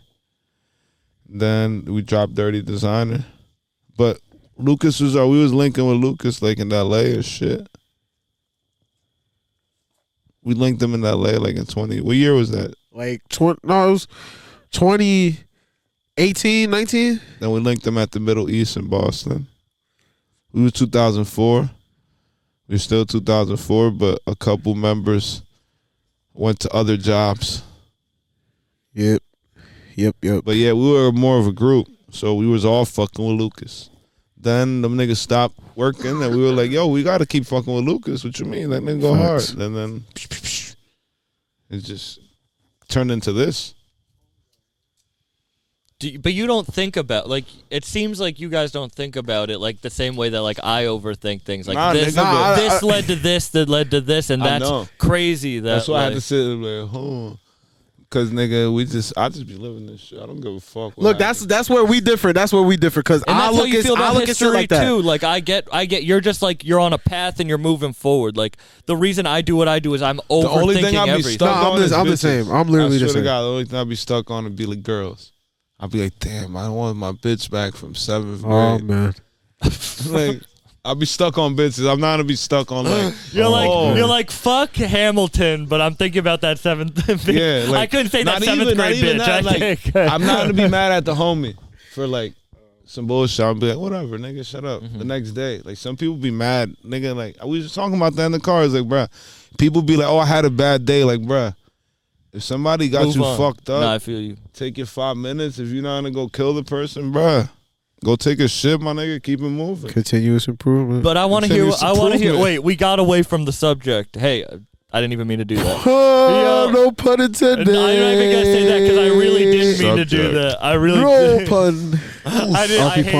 Then we dropped Dirty Designer. But Lucas was our we was linking with Lucas like in LA or shit. We linked them in LA like in twenty what year was that?
like twenty. No, it was 2018, 19.
Then we linked them at the Middle East in Boston. We were 2004. We are still 2004, but a couple members went to other jobs.
Yep. Yep. Yep.
But yeah, we were more of a group, so we was all fucking with Lucas. Then them niggas stopped working, and we were like, "Yo, we got to keep fucking with Lucas." What you mean? That nigga go
Facts.
hard, and then it just turned into this.
Do you, but you don't think about like it seems like you guys don't think about it like the same way that like I overthink things like
Nah,
this
nigga, Nah, but-
this
I- I-
led to this that led to this and
I
that's
know.
crazy that
That's why I had
like-
to sit there like, "Huh." Cause nigga, we just I just be living this shit. I don't give a fuck. what
Look,
happens.
that's that's where we differ. That's where we differ because
And
I
that's
look
how you
at
feel
I
about
look at shit
history
like that.
too. Like I get, I get. You're just like you're on a path and you're moving forward. Like the reason I do what I do is I'm overthinking
the only thing I be
everything.
stuck
No, I'm
on.
the-
is
I'm the
bitches.
same. I'm literally the
I swear to
same.
God, the only thing I be stuck on would be like girls. I'd be like, damn, I want my bitch back from seventh
Oh
grade.
man,
like, I'll be stuck on bitches. I'm not gonna be stuck on like.
You're like
oh.
you're like fuck Hamilton, but I'm thinking about that seventh.
Yeah, like,
I couldn't say that
not
seventh
even- not
grade
even
bitch.
that,
I
like,
think
I'm not gonna be mad at the homie for like some bullshit. I'll be like, whatever, nigga, shut up.
Mhm.
The next day, like some people be mad, nigga. Like we was just talking about that in the car. It's like, bruh, people be like, oh, I had a bad day. Like, bruh, if somebody got
Move
you
on.
fucked up,
No, I feel you.
take your five minutes. If you're not gonna go kill the person, bruh, go take a shit, my nigga. Keep it moving.
continuous improvement.
But I want to hear.
Continuous
I want to hear.
improvement.
Wait, we got away from the subject. Hey, I didn't even mean to do that.
oh,
Yo.
no pun intended.
And I don't even gotta say that because I really didn't mean to do
Subject.
that. I really.
No
did.
pun.
I did. I
Happy
hate,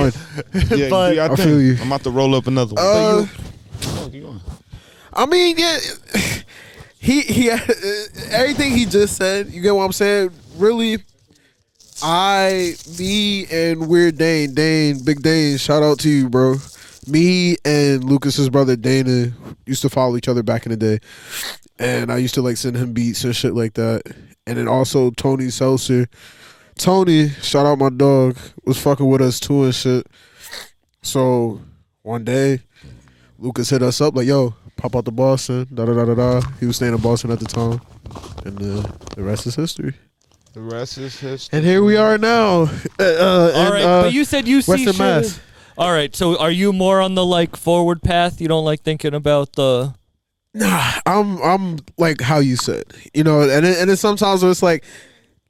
pun.
Yeah,
But-
yeah, I,
I
think.
feel you.
I'm about to roll up another one.
Uh,
Fuck, you going.
I mean, yeah, he he, uh, everything he just said. You get what I'm saying? Really, I, me, and Weird Dane, Dane, Big Dane. Shout out to you, bro. Me and Lucas's brother Dana used to follow each other back in the day, and I used to like send him beats and shit like that. And then also Tony Seltzer, Tony, shout out my dog, was fucking with us too and shit. So one day, Lucas hit us up like, "Yo, pop out to Boston." Da da da da da. He was staying in Boston at the time, and uh, the rest is history.
The rest is history.
And here we are now. Uh, uh,
All
in,
right,
uh,
but you said you see
Western
shit.
Mass.
All right, so are you more on the like forward path? You don't like thinking about the
I'm I'm like how you said, you know, and it, and it's sometimes where it's like,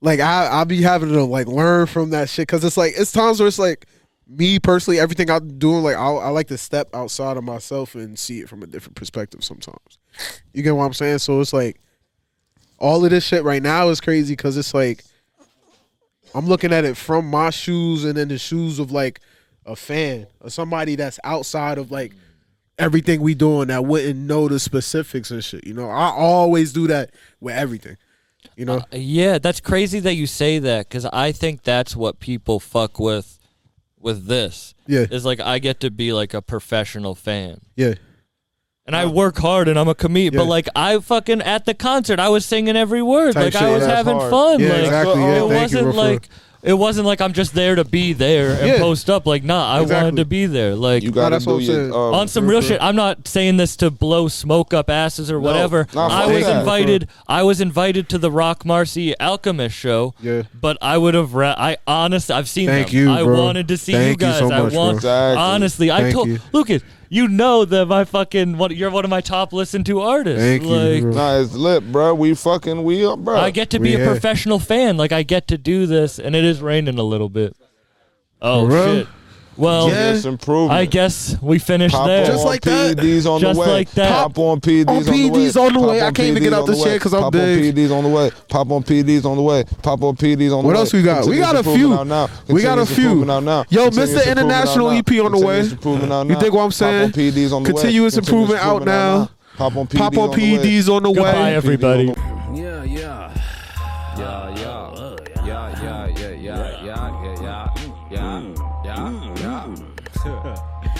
like I I be having to like learn from that shit because it's like it's times where it's like me personally everything I'm doing like I I like to step outside of myself and see it from a different perspective sometimes. You get what I'm saying? So it's like all of this shit right now is crazy because it's like I'm looking at it from my shoes and then the shoes of like a fan or somebody that's outside of like everything we doing that wouldn't know the specifics and shit. You know, I always do that with everything. You
Uh,
know,
Yeah, that's crazy that you say that because I think that's what people fuck with with this.
Yeah.
Is like I get to be like a professional fan.
yeah,
And I work hard and I'm a comedian, but
Yeah.
like I fucking at the concert, I was singing every word.
Type
like
shit,
I was
yeah.
having
Hard.
fun.
yeah,
like,
exactly.
uh,
Yeah,
It
thank you,
wasn't
Rafa.
like it wasn't like I'm just there to be there and
Yeah.
post up. Like, nah, I wanted
Exactly.
to be there. Like
You gotta
that's what
do
I'm
your,
saying.
um,
on some real shit. I'm not saying this to blow smoke up asses or whatever.
no,
I
fuck
was
that.
invited. I was invited to the Rock Marcy Alchemist show.
Yeah.
But I would have. Ra- I honestly, I've seen.
Thank
them.
you,
I
bro.
wanted to see
Thank
you
you
guys.
so much,
I
bro.
want.
Exactly.
Honestly, I
Thank
told
you.
Lucas. You know that my fucking. One, you're one of my top listened to artists.
Thank you,
like,
bro.
Nah, it's lit, bro. We fucking we up, bro.
I get to be
We
a
had-
professional fan. Like I get to do this, and it is raining a little bit. Oh
For real?
shit. Well,
Yeah.
It's improvement.
I guess we finished
Pop
there.
on
Just like that.
PEDs on
Just
the way.
like that.
Pop on PEDs
On
on the way.
PEDs on the
Pop
way. I can't even get
PEDs
out
on the
this
way.
chair 'cause I'm
Pop
big.
on PEDs on the way. Pop on PEDs on the way. Pop on PEDs on the way.
What else we got? We got a
Continuous
few.
improvement out now.
We got a
Continuous
few.
improvement out now.
Yo,
Continuous
Mr.
improvement
International
out now.
EP on the way.
Continuous improvement out
You
now.
dig what I'm saying?
Pop on PEDs on the way.
Continuous improvement out now.
Pop on PEDs
Pop on
the way.
PEDs on the
Goodbye,
way.
everybody.
Yeah, yeah. Yeah, yeah. Yeah, Mm, yeah, yeah, yeah, yeah, yeah, yeah, yeah, yeah, yeah.